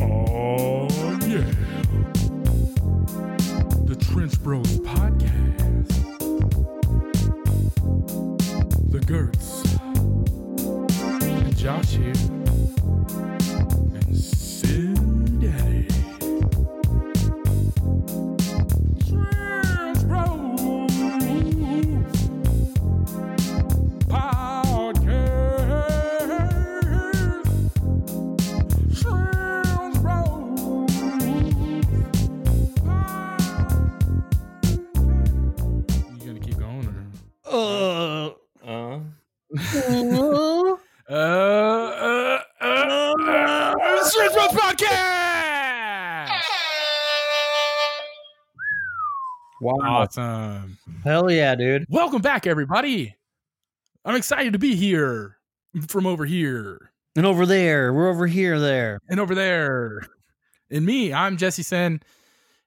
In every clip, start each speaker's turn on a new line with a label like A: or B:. A: Oh,
B: Uh.
A: Uh, Chris Rose uh, Podcast.
B: Wow.
A: Awesome.
B: Oh, Hell yeah, dude.
A: Welcome back, everybody. I'm excited to be here from over here
B: And over there, we're over here, there.
A: and over there. And me, I'm Jesse Sen,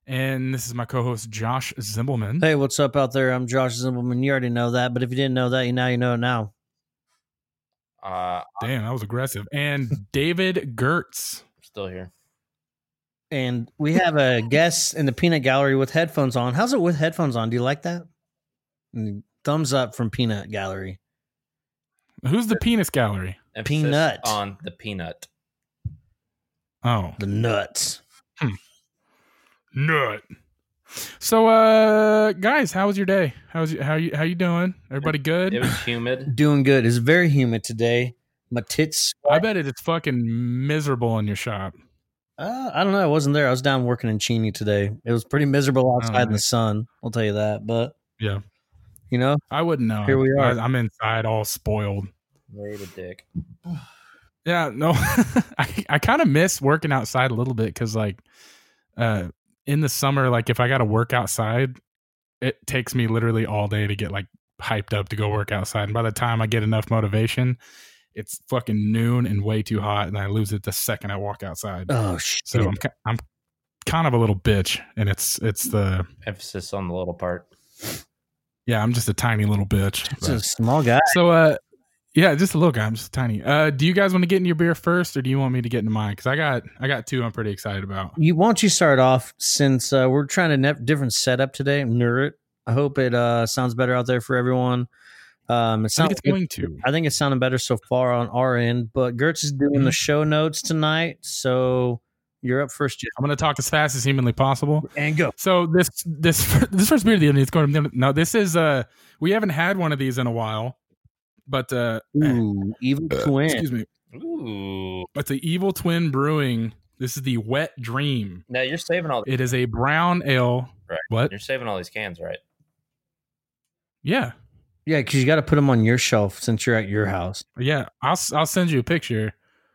A: and this is my co-host Josh Zimbelman.
B: Hey, what's up out there? I'm Josh Zimbelman. You already know that, but if you didn't know that, you now you know it now.
C: Uh,
A: Damn, that was aggressive. And David Gertz.
C: I'm still here.
B: And we have a guest in the peanut gallery with headphones on. How's it with headphones on? Do you like that? Mm, Thumbs up from Peanut Gallery.
A: Who's the penis gallery?
C: Emphasis
B: Peanut.
C: on the peanut.
A: Oh.
B: The nuts.
A: Nut. So uh guys, how was your day? How's you how you how you doing? Everybody good?
C: It was humid.
B: Doing good. It's very humid today. My tits.
A: I bet it is fucking miserable in your shop.
B: Uh, I don't know. I wasn't there. I was down working in Cheney today. It was pretty miserable outside in
A: man.
B: the sun. I'll tell you that. But
A: Oh, Yeah.
B: you know,
A: I wouldn't know.
B: Here we are.
A: I, am inside all spoiled.
C: Way to dick.
A: Yeah, no. I, I kind of miss working outside a little bit because like uh in the summer, like if I gotta work outside, it takes me literally all day to get like hyped up to go work outside. And by the time I get enough motivation, it's fucking noon and way too hot, and I lose it the second I walk outside.
B: oh shit.
A: So I'm ki- I'm kind of a little bitch, and it's it's the
C: Emphasis on the little part.
A: yeah I'm just a tiny little bitch.
B: It's
A: But-
B: a small guy.
A: so uh, yeah, just a little guy. I'm just tiny. Uh, do you guys want to get into your beer first, or do you want me to get into mine? Because I got I got two I'm pretty excited about.
B: You why don't you start off since uh, we're trying to ne- different setup today. Nerd. I hope it uh, sounds better out there for everyone. Um, it
A: I think
B: sounds.
A: it's going to.
B: I think it's sounding better so far on our end. But Gertz is
A: Mm-hmm.
B: doing the show notes tonight, so you're up first. Jeff.
A: I'm going to talk as fast as humanly possible.
B: And go.
A: So this this this first beer of the evening is going to no. This is uh we haven't had one of these in a while, but uh
B: Ooh, evil twin.
A: excuse me,
C: Ooh.
A: but the Evil Twin Brewing. This is the Wet Dream.
C: Now you're saving all.
A: It is a brown ale.
C: Right.
A: What?
C: You're saving all these cans, right?
A: Yeah,
B: Yeah, because you got to put them on your shelf since you're at your house.
A: yeah. I'll s- I'll send you a picture.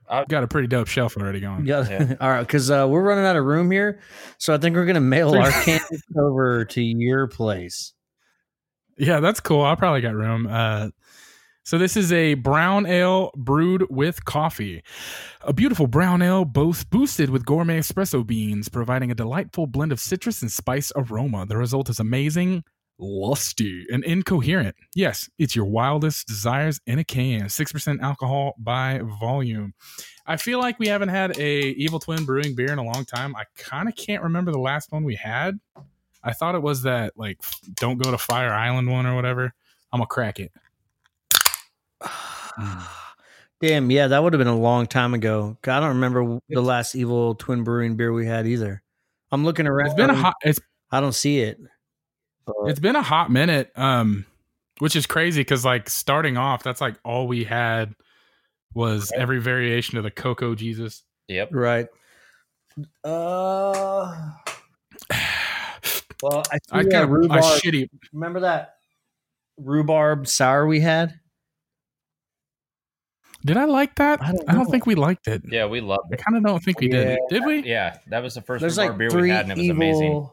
C: I-
A: I've got a pretty dope shelf already going.
B: Yeah.
C: Yeah.
B: All right, because uh, we're running out of room here, so I think we're gonna mail our cans over to your place.
A: Yeah, that's cool. I probably got room. Uh, so this is a brown ale brewed with coffee. A beautiful brown ale, both boosted with gourmet espresso beans, providing a delightful blend of citrus and spice aroma. The result is amazing, lusty, and incoherent. Yes, it's your wildest desires in a can. Six percent alcohol by volume. I feel like we haven't had a Evil Twin Brewing beer in a long time. I kind of can't remember the last one we had. I thought it was that like don't go to Fire Island one or whatever. I'm gonna crack it.
B: Damn, yeah, that would have been a long time ago. 'Cause I don't remember the last Evil Twin Brewing beer we had either. I'm looking around.
A: It's been a hot it's
B: I don't see it.
A: it's been a hot minute, um, which is crazy because like starting off, that's like all we had was every variation of the Coco Jesus.
C: Yep.
B: Right. Uh. Well, I,
A: I
B: see that
A: got
B: rhubarb.
A: a shitty.
B: remember that rhubarb sour we had?
A: Did I like that?
B: I
A: I
B: don't
A: don't,
B: know.
A: think we liked it.
C: Yeah, we loved
A: I
C: it.
A: kind of don't think we
B: Yeah.
A: did. Did we?
C: Yeah, that was the first
B: There's
C: rhubarb
B: like
C: beer
B: three
C: we had, and it was
B: evil.
C: amazing.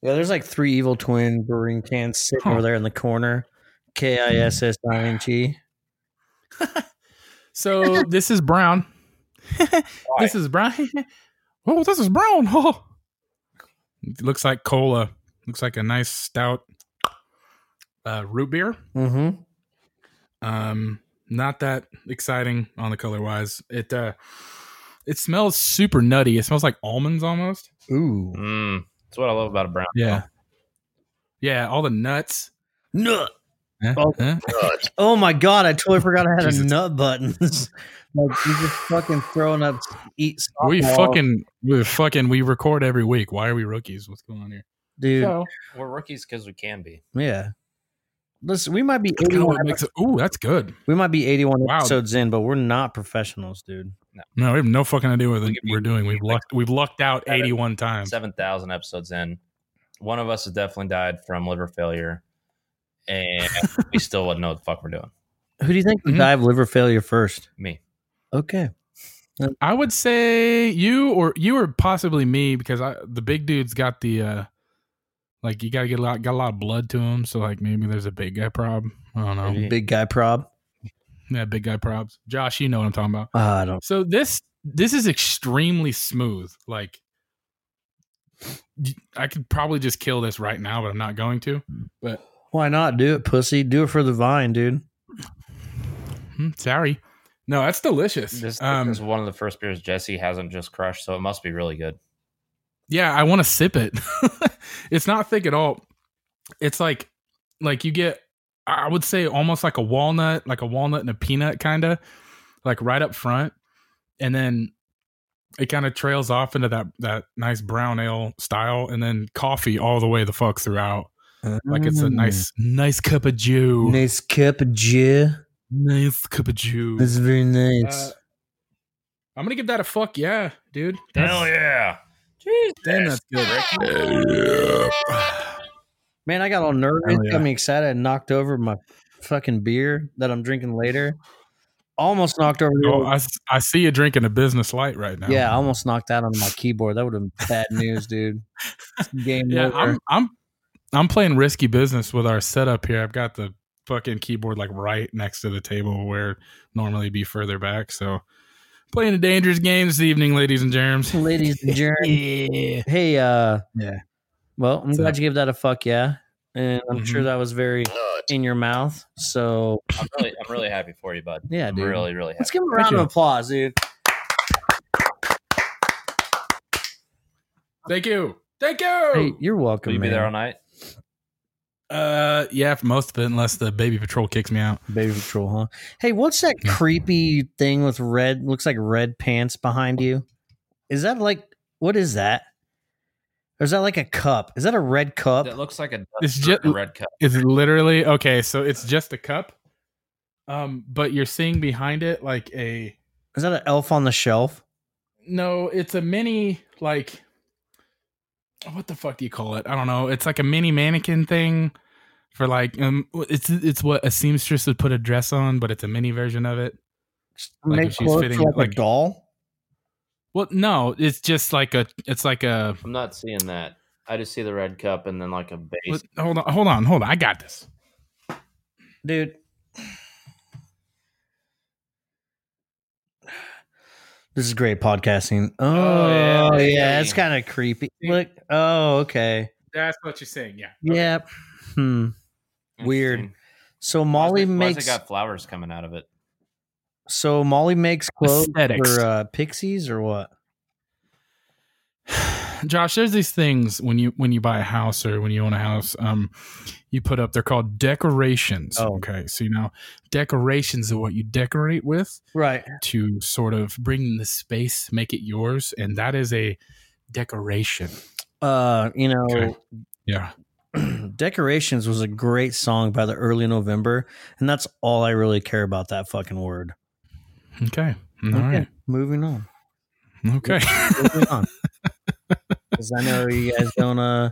B: Yeah, there's like three Evil Twin Brewing cans sitting
A: Huh.
B: over there in the corner. K i s s i n g.
A: So this is brown. this is brown. oh, this is brown. Oh. It looks like cola. Looks like a nice stout uh, root beer.
B: Mm-hmm.
A: Um, not that exciting on the color wise. It uh, it smells super nutty. It smells like almonds almost. Oh.
B: Ooh.
C: Mm, that's what I love about a brown. ale.
A: yeah, all the nuts.
B: Nut.
A: Huh?
B: Oh.
A: Huh?
B: Oh my god! I totally forgot I had a
A: Jesus.
B: nut button. like you just fucking throwing up eat.
A: We
B: softball.
A: fucking we fucking we record every week. Why are we rookies? What's going on here?
B: dude.
A: So,
C: We're rookies because we can be.
B: Yeah. Listen, we might be
A: oh, it
B: 81,
A: makes it, ooh, that's good.
B: we might be 81
A: Wow.
B: episodes in, but we're not professionals, dude.
A: No, we have no fucking idea what
C: Look at me.
A: we're doing. We've lucked we've lucked out eighty one times.
C: Seven thousand episodes in, one of us has definitely died from liver failure, and we
A: Mm-hmm.
C: still wouldn't know what the fuck we're doing.
B: Who do you think would
A: Mhm.
B: die of liver failure first?
C: Me.
B: Okay.
A: I would say you or you or possibly me because I the big dude's got the uh like you gotta get a lot got a lot of blood to him, so like maybe there's a big guy prob. I don't know.
C: Maybe.
B: Big guy prob.
A: Yeah, big guy probs. Josh, you know what I'm talking about.
B: Uh, I don't.
A: So this this is extremely smooth. Like I could probably just kill this right now, but I'm not going to.
B: Why not do it, pussy? Do it for the vine, dude.
A: Hmm, sorry. No, that's delicious.
C: This,
A: Um,
C: this is one of the first beers Jesse hasn't just crushed, so it must be really good.
A: yeah, I want to sip it. it's not thick at all. It's like like you get I would say almost like a walnut, like a walnut and a peanut kind of like right up front and then it kind of trails off into that that nice brown ale style and then coffee all the way the fuck throughout. Uh, Like it's a nice nice cup of
B: Mm.
A: Jew.
B: nice cup of Jew.
A: Nice cup of Jew.
B: That's very
A: Uh,
B: nice.
A: I'm gonna give that a fuck yeah, dude.
C: Hell yeah! Jeez,
A: Damn, that's good.
B: Man, I got all nervous,
A: Hell yeah.
B: got me excited, and knocked over my fucking beer that I'm drinking later. Almost knocked over. The
A: Oh, I, s- I see you drinking a business light right now.
B: Yeah, I almost knocked that onto my keyboard. That would have been bad news, dude. It's Game
A: yeah.
B: over.
A: I'm I'm I'm playing risky business with our setup here. I've got the fucking keyboard like right next to the table where normally be further back. So playing a dangerous game this evening, ladies and germs.
B: Ladies and gentlemen. Hey, uh,
A: Yeah.
B: Well, I'm
A: So-
B: glad you gave that a fuck yeah, and I'm sure
A: Mhm.
B: that was very in your mouth. So
C: I'm really, I'm really happy for you, bud.
B: yeah,
C: I'm
B: dude.
C: really, really happy.
B: Let's give him a round
A: you.
B: of applause, dude.
A: Thank you. Thank
B: Hey,
A: you.
B: you're welcome.
C: Will you be
B: man.
C: there all night?
A: Uh, yeah, for most of it, unless the baby patrol kicks me out.
B: Baby Patrol, huh? Hey, what's that creepy thing with red? Looks like red pants behind you. Is that like what is that? Or is that like a cup? Is that a red cup?
C: That looks like a,
A: It's ju-
C: a red cup.
A: It's literally okay. So it's just a cup. Um, but you're seeing behind it like a
B: Is that an elf on the shelf?
A: No, it's a mini like what the fuck do you call it? I don't know. It's like a mini mannequin thing for like um it's it's what a seamstress would put a dress on, but it's a mini version of it. Like if she's
B: clothes
A: fitting,
B: like,
A: like-
B: a doll.
A: Well, no, it's just like a it's like a
C: I'm not seeing that. I just see the red cup and then like a base.
A: what- hold on, hold on, hold on. I got this.
B: dude. This is great podcasting. Oh,
C: yeah.
B: yeah, it's kind of creepy. Look, oh, okay,
A: That's what you're saying, yeah.
B: yeah. Hmm. Weird.
C: Interesting.
B: So
C: Why is
B: Molly
C: it- why has
B: makes
C: it got flowers coming out of it.
B: so Molly makes clothes
A: Aesthetics.
B: for uh, pixies or what?
A: Josh, there's these things when you when you buy a house or when you own a house, um, you put up. They're called decorations.
B: Oh.
A: Okay, so you know, decorations are what you decorate with.
B: Right.
A: to sort of bring the space, make it yours, and that is a decoration.
B: Uh, you know,
A: Okay. Yeah,
B: decorations was a great song by the early November, and that's all I really care about that fucking word.
A: okay, all
B: Okay,
A: right,
B: moving on.
A: okay.
B: Moving on. Because I know you guys don't uh,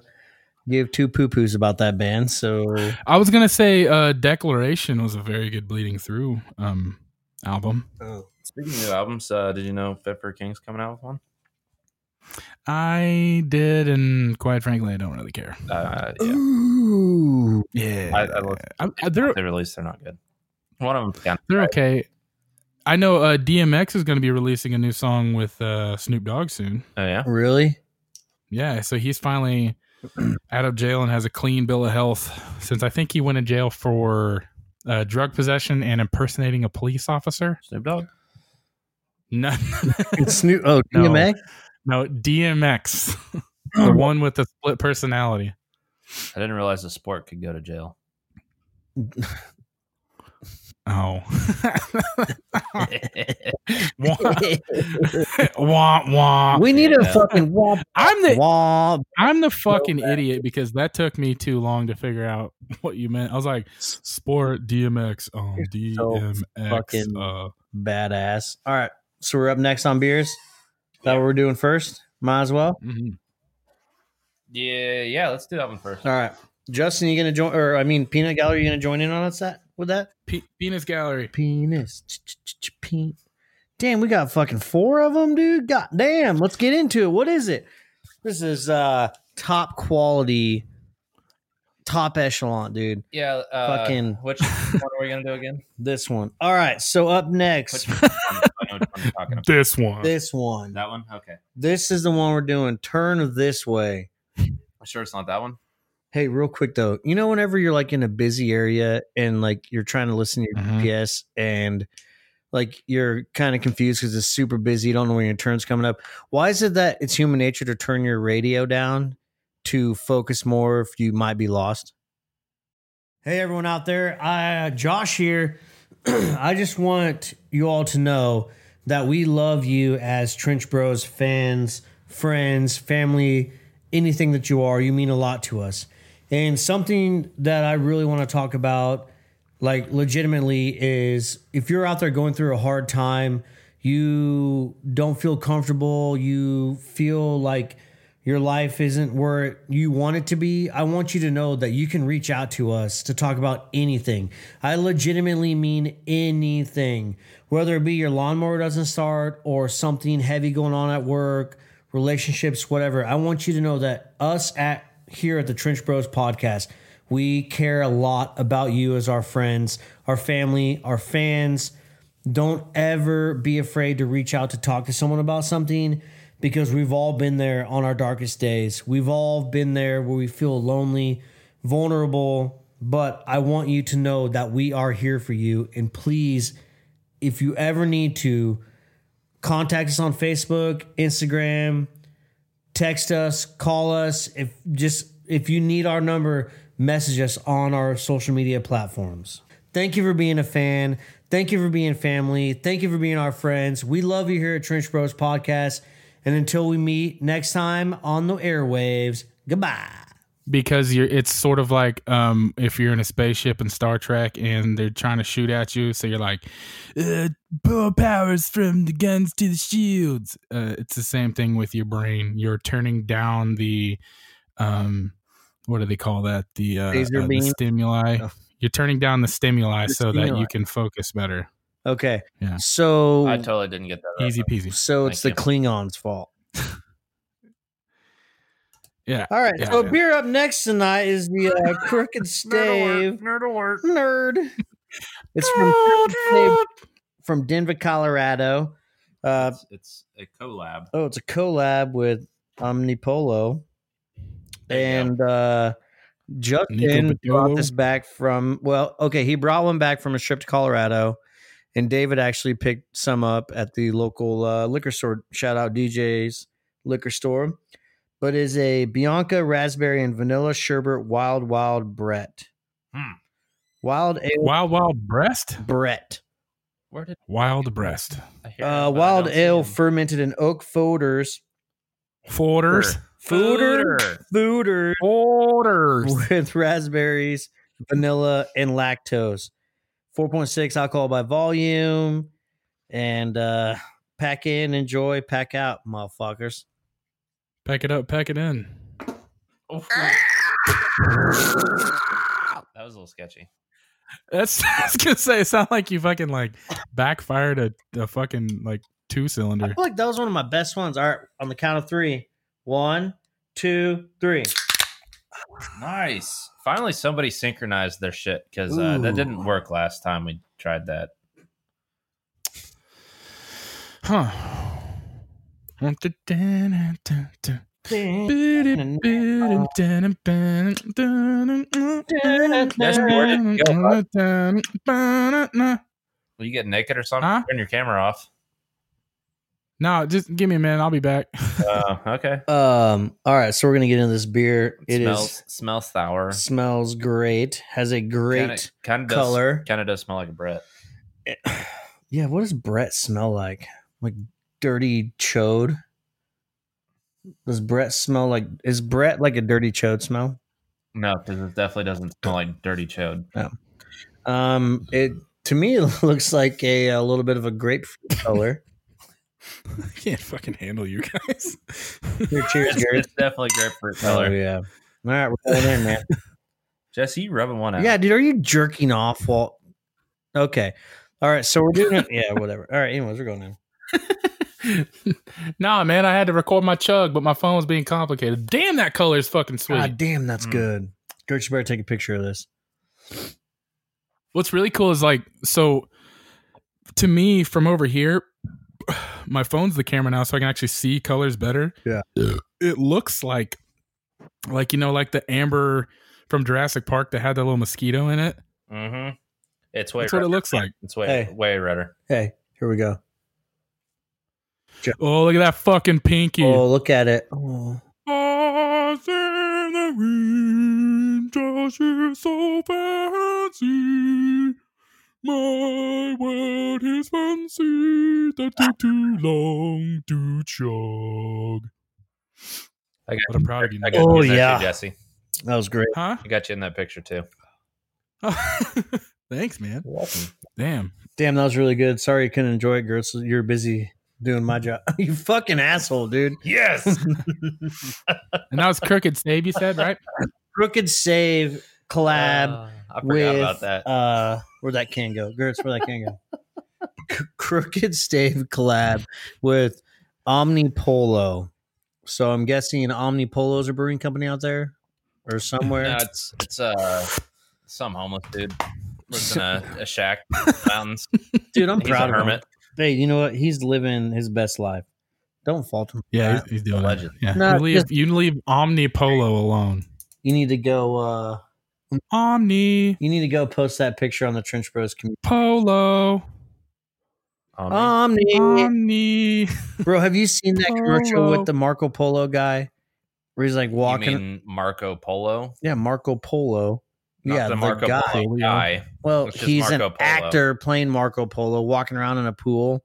B: give two poo poos about that band. So
A: I was gonna say, uh, "Declaration" was a very good bleeding through um album.
C: Speaking of new albums, uh, did you know Pfeffer King's coming out with one?
A: I did, and quite frankly, I don't really care.
C: Uh, yeah.
B: Ooh.
A: Yeah,
C: I- I love-
A: I'm- I- they're
C: They released, they're not good. One of them.
A: they're okay. I know uh, DMX is going to be releasing a new song with uh, Snoop Dogg soon.
C: Oh yeah.
B: Really?
A: Yeah, so he's finally out of jail and has a clean bill of health since I think he went in jail for uh, drug possession and impersonating a police officer.
C: Snoop Dogg.
A: No,
B: It's Snoop. Oh,
A: No.
B: DMA?
A: no DMX, the one with the split personality.
C: I didn't realize the sport could go to jail.
A: Oh, wah, wah, wah.
B: we need a
C: Yeah.
B: fucking womp
A: I'm the
B: womp.
A: I'm the fucking idiot because that took me too long to figure out what you meant. I was like, sport DMX, um,
B: so
A: DMX.
B: fucking-
A: uh,
B: Badass. All right. So we're up next on beers. Is that what we're doing first? Might as well.
A: mhm.
C: Yeah, yeah. Let's do that one first.
B: All right. Justin, you gonna join or I mean Peanut Gallery, you gonna join in on us that with that?
A: Pe- Penis Gallery.
B: Penis. Ch- ch- ch- ch- Pe- Damn, we got fucking four of them, dude. God damn, let's get into it. What is it? This is uh top quality, top echelon, dude.
C: Yeah. Uh,
B: Fucking-
C: Which one are we gonna do again?
B: This one. All right, so up next,
C: Which one? I know which one you're talking about.
A: This one.
B: this one.
C: That one. Okay.
B: This is the one we're doing. Turn this way.
C: I'm sure it's not that one.
B: Hey, real quick though, you know, whenever you're like in a busy area and like you're trying to listen to your
A: Mhm.
B: GPS and like you're kind of confused because it's super busy, you don't know when your turn's coming up. Why is it that it's human nature to turn your radio down to focus more if you might be lost? Hey, everyone out there, I, uh, Josh here. I just want you all to know that we love you as Trench Bros fans, friends, family, anything that you are. You mean a lot to us. And something that I really want to talk about, like legitimately, is if you're out there going through a hard time, you don't feel comfortable, you feel like your life isn't where you want it to be, I want you to know that you can reach out to us to talk about anything. I legitimately mean anything, whether it be your lawnmower doesn't start or something heavy going on at work, relationships, whatever. I want you to know that us at here at the Trench Bros podcast, we care a lot about you as our friends, our family, our fans don't ever be afraid to reach out to talk to someone about something because we've all been there on our darkest days. We've all been there where we feel lonely, vulnerable, but I want you to know that we are here for you. And please, if you ever need to, contact us on Facebook, Instagram, text us, call us. If just if you need our number, message us on our social media platforms. Thank you for being a fan. Thank you for being family. Thank you for being our friends. We love you here at Trench Bros Podcast. And until we meet next time on the airwaves, goodbye.
A: because you're it's sort of like um if you're in a spaceship in Star Trek and they're trying to shoot at you, so you're like, uh, pull powers from the guns to the shields. Uh, it's the same thing with your brain. You're turning down the um what do they call that? The uh,
B: Laser
A: uh, the
B: beam?
A: stimuli.
B: Oh.
A: You're turning down the stimuli
B: The
A: so that
B: stimuli.
A: you can focus better.
B: Okay.
A: Yeah.
B: So
C: I totally didn't get
B: Uh,
C: that.
A: Easy peasy.
B: so it's the
C: Thank
B: Klingons' fault.
A: Yeah.
B: All right.
A: Yeah,
B: so
A: yeah.
B: beer up next tonight is the uh, Crooked Stave Nerd. It's from Crooked Stave from Denver, Colorado. Uh,
C: It's, it's a collab.
B: oh, it's a collab with Omnipolo
C: There you
B: and
C: go.
B: uh,
A: Nico
B: Justin
A: Badillo.
B: brought this back from. Well, okay, he brought one back from a trip to Colorado, and David actually picked some up at the local uh, liquor store. Shout out DJ's liquor store, but is a Bianca raspberry and vanilla sherbet wild wild Brett.
C: Hmm.
B: Wild ale
A: Wild wild breast.
B: Brett.
C: where did
A: Wild breast.
C: I hear?
B: Uh,
C: it, but I
B: wild
C: don't see
B: ale
C: it.
B: fermented in oak foeders.
A: Folders.
B: Fooder.
C: Fooder.
B: Fooders.
A: Folders.
B: with raspberries, vanilla, and lactose. 4.6 alcohol by volume. And uh pack in, enjoy, pack out, motherfuckers.
A: Pack it up. Pack it in.
C: Oh. that was a little sketchy.
A: That's I was gonna say. It sounded like you fucking like backfired a, a fucking like two
B: I
A: cylinder.
B: feel like that was one of my best ones. All right, on the count of three. One, two, three.
C: Nice. Finally, somebody synchronized their shit because uh, that
B: Ooh.
C: didn't work last time we tried that.
A: Huh.
C: That's where it go, bud.
A: No,
C: Will you get naked or something?
A: Huh?
C: Turn your camera off.
A: just give me a minute. I'll be back.
C: Uh, okay.
B: Um, all right, so we're gonna get into this beer. It is
C: smells smells sour.
B: smells great, has a great
C: kind of
B: color.
C: Kind of does smell like a Brett.
B: yeah, what does Brett smell like? Like dirty chode? Does Brett smell like is Brett like a dirty chode smell?
C: No, because it definitely doesn't smell like dirty chode.
B: Um it to me it looks like a, a little bit of a grapefruit color.
A: I can't fucking handle you guys.
B: Here, cheers,
C: It's,
B: Jared.
C: it's definitely grapefruit
B: Oh
C: color.
B: yeah. All right, we're going in, man.
C: Jesse, you rubbing one out?
B: Yeah, dude, are you jerking off while Okay. All right, so we're doing it. Yeah, whatever. All right, anyways, we're going in.
A: nah, man, I had to record my chug, but my phone was being complicated. Damn, that color is fucking sweet.
B: God damn, that's
A: Mm.
B: good. Dirk, you better take a picture of this.
A: What's really cool is like so to me from over here my phone's the camera now so I can actually see colors better.
B: Yeah.
A: It looks like like you know like the amber from Jurassic Park that had that little mosquito in it.
C: Mm-hmm. It's way
A: That's what it
C: redder.
A: looks like.
C: It's way
B: Hey.
C: way redder.
B: Hey, here we go.
A: Oh, look at that fucking pinky.
B: Oh, look at it. Oh.
A: I see the green, just is so fancy. My world is fancy that took too long to chug.
C: I got,
A: What I'm proud of you.
C: I
A: Nick.
C: got you in
B: Oh,
C: that too,
B: yeah.
C: Jesse.
B: That was great.
A: Huh?
C: I got you in that picture too.
A: Thanks, man.
C: You're welcome.
A: Damn.
B: Damn, that was really good. Sorry you couldn't enjoy it, Gertz. You're busy doing my job. you fucking asshole, dude.
C: Yes.
A: And that was crooked save you said, right?
B: Crooked save collab
C: Uh, I forgot
B: with
C: about that.
B: uh where that can go. Gertz, where that can go. C- Crooked save collab with Omnipolo. So I'm guessing Omnipolo is a brewing company out there or somewhere.
C: No, it's it's uh some homeless dude lives in a, a shack in the mountains.
B: dude, I'm
C: He's
B: proud
C: a
B: of him.
C: hermit.
B: Hey, you know what? He's living his best life. Don't fault him.
A: Yeah, he's, he's doing it.
C: Allegedly.
A: Yeah.
B: No,
A: you, leave, you can leave Omni Polo alone.
B: You need to go uh
A: Omni
B: you need to go post that picture on the Trench Bros community.
A: Polo.
C: Um,
B: Omni.
A: Omni.
B: Bro, have you seen that commercial
A: Polo.
B: with the Marco Polo guy where he's like walking?
C: You mean Marco Polo?
B: yeah, Marco Polo.
C: Not
B: yeah,
C: the Marco
B: guy.
C: Polo guy.
B: Well,
C: It's just
B: he's an
C: Marco Polo.
B: actor playing Marco Polo, walking around in a pool,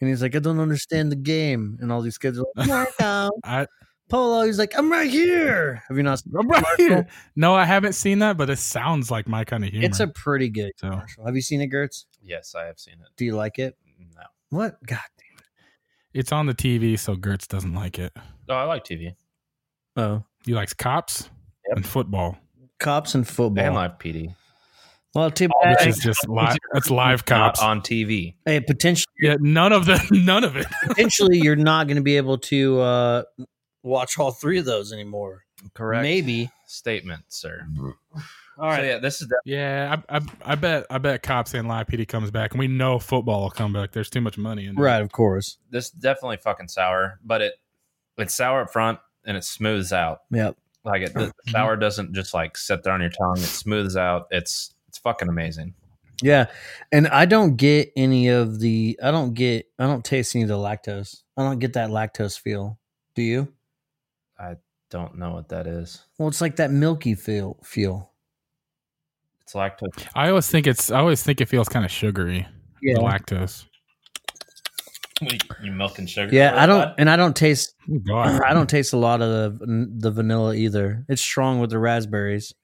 B: and he's like, "I don't understand the game," and all these kids are like, "Marco
A: I,
B: Polo." He's like, "I'm right here." Have you not? Seen
A: I'm right
B: Marco?
A: here. No, I haven't seen that, but it sounds like my kind of humor.
B: It's a pretty good
A: So.
B: commercial. Have you seen it, Gertz?
C: Yes, I have seen it.
B: Do you like it?
C: No.
B: What? God.
A: it's on the TV, so Gertz doesn't like it.
C: Oh, I like TV.
B: Oh,
A: He likes cops
C: Yep.
A: and football,
B: cops and football.
C: And live PD.
B: Well, too
C: All
B: bad.
A: which is just live. That's live
C: Not
A: cops.
C: on TV.
B: Hey, potentially.
A: Yeah, none of the none of it.
B: potentially you're not going to be able to uh, watch all three of those anymore.
C: Correct.
B: Maybe.
C: Statement, sir.
B: Mm-hmm. All
C: So
B: right.
C: yeah, this is the,
A: Yeah, I, I, I bet I bet cops and live PD comes back, and we know football will come back. There's too much money in it.
B: Right, of course.
C: this is definitely fucking sour, but it it's sour up front and it smooths out.
B: Yep.
C: Like it, the
B: Mm-hmm.
A: Mhm.
C: sour doesn't just like sit there on your tongue. It smooths out. It's it's fucking amazing.
B: Yeah. And I don't get any of the I don't get I don't taste any of the lactose. I don't get that lactose feel. Do you?
C: Don't know what that is.
B: Well, it's like that milky feel feel.
C: It's lactose.
A: I always think it's. I always think it feels kind of sugary. The lactose.
C: You milk and sugar.
B: Yeah, I don't and I don't taste
A: Oh, God.
B: I don't taste a lot of the, the vanilla either. It's strong with the raspberries.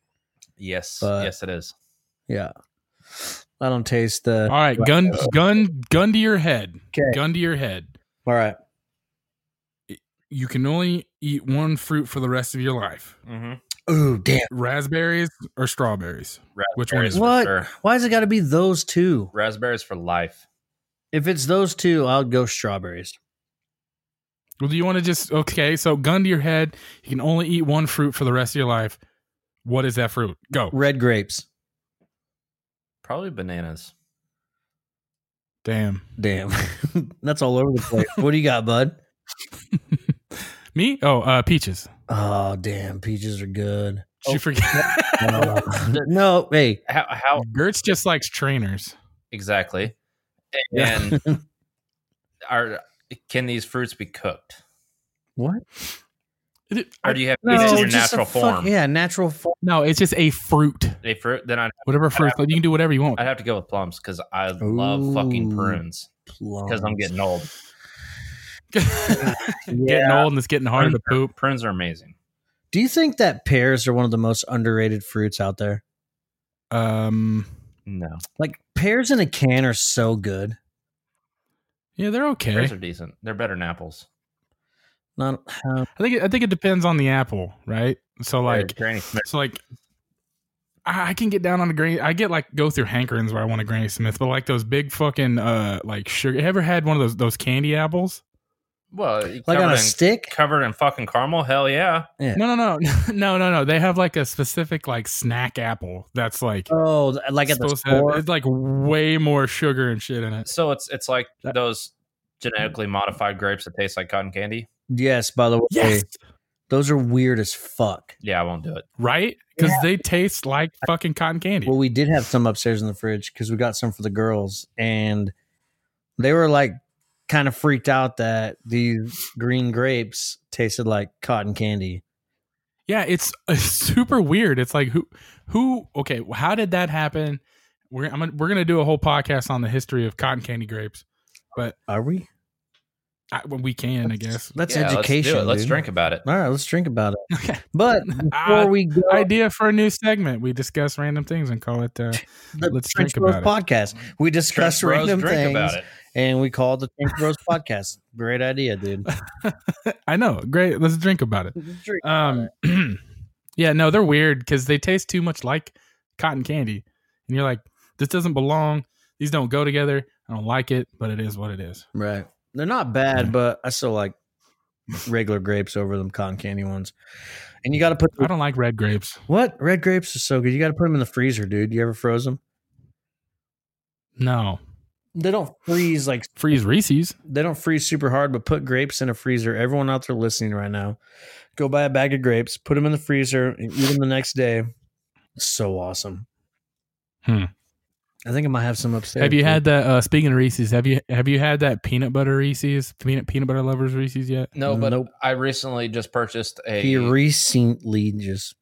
C: Yes,
B: But-
C: yes, it is.
B: Yeah. I don't taste the
A: All right, gun gun gun to your head.
B: 'Kay.
A: Gun to your head.
B: All right.
A: You can only eat one fruit for the rest of your life.
C: Mm-hmm.
B: Ooh, damn.
A: raspberries or strawberries? Which one is
C: for
B: What?
C: sure.
B: Why has it got to be those two?
C: Raspberries for life.
B: If it's those two, I'll go strawberries.
A: Well, do you want to just okay? So, gun to your head, you can only eat one fruit for the rest of your life. What is that fruit? Go.
B: Red grapes.
C: Probably bananas.
A: Damn.
B: Damn. That's all over the place. what do you got, bud?
A: Me? Oh, uh, peaches.
B: Oh, damn. Peaches are good.
A: Did
C: Oh.
A: you forget?
B: Uh, no, hey.
C: How, how
A: Gertz just likes trainers.
C: exactly?
B: Yeah.
C: And are can these fruits be cooked,
B: What?
A: It-
C: or do you have to
B: No,
C: eat it in
B: it's
C: your
B: just a
C: natural
B: fuck-
C: form?
B: yeah, natural form.
A: no, it's just a fruit.
C: A fruit? Then I'd,
A: Whatever fruit, you can do whatever you want.
C: I'd have to go with plums because I love fucking
B: Ooh.
C: prunes because I'm getting old.
A: Getting old and it's getting harder to poop.
C: Prunes are amazing.
B: Do you think that pears are one of the most underrated fruits out there?
A: Um,
C: No,
B: Like pears in a can are so good.
A: yeah, they're okay.
C: pears are decent. They're better than apples.
B: Not uh,
A: I think it, I think it depends on the apple, right? So,
C: They're
A: like,
C: Granny Smith.
A: So like, I I can get down on a granny. I get like go through hankerings where I want a Granny Smith, but like those big fucking uh like sugar. Have you ever had one of those those candy apples?
C: Well,
B: Like
C: covered
B: on a
C: in-
B: stick?
C: covered in fucking caramel. Hell yeah.
A: No, no, no, no, no, no. They have like a specific like snack apple that's like
B: Oh, th- like at the
A: supposed to have,
B: store.
A: it's like way more sugar and shit in it.
C: So it's it's like
B: That-
C: those genetically modified grapes that taste like cotton candy.
B: yes, by the way.
A: Yes,
B: Those are weird as fuck.
C: Yeah, I won't do it.
A: right? Because they taste like fucking cotton candy.
B: Well, we did have some upstairs in the fridge because we got some for the girls, and they were like kind of freaked out that these green grapes tasted like cotton candy.
A: yeah, it's, it's super weird. It's like who, who? Okay, how did that happen? We're I'm gonna, we're gonna do a whole podcast on the history of cotton candy grapes.
B: Are we?
A: I, well, we can, I guess.
B: That's
C: Yeah,
B: education.
C: Let's, do it. let's
B: dude. Uh,
C: drink about it.
B: All right, let's drink about it.
A: Okay.
B: But before
A: Ah,
B: we go,
A: Idea for a new segment. We discuss random things and call it. Uh,
B: the
A: let's
B: Trench
A: drink
B: Bros
A: about
B: podcast, we discuss
C: Bros,
B: random
C: drink
B: things,
C: about it.
B: and we call it the Trench Bros podcast. Great idea, dude.
A: I know. Great. Let's drink about it.
B: Let's drink about
A: Um, yeah, no, they're weird because they taste too much like cotton candy, and you're like, this doesn't belong. These don't go together. I don't like it, but it is what it is.
B: Right. They're not bad, but I still like regular grapes over them cotton candy ones. And you got to put
A: I don't like red grapes.
B: what red grapes are so good. You got to put them in the freezer, dude. You ever froze them?
A: No,
B: They don't freeze like
A: freeze Reese's.
B: they don't freeze super hard, but put grapes in a freezer. Everyone out there listening right now, go buy a bag of grapes, put them in the freezer, and eat them the next day. So awesome.
A: Hmm.
B: I think I might have some upstairs.
A: Have you
B: dude.
A: had that? Uh, speaking of Reese's, have you have you had that peanut butter Reese's peanut peanut butter lovers Reese's yet?
C: No, but
B: Nope.
C: I recently just purchased a.
B: He recently just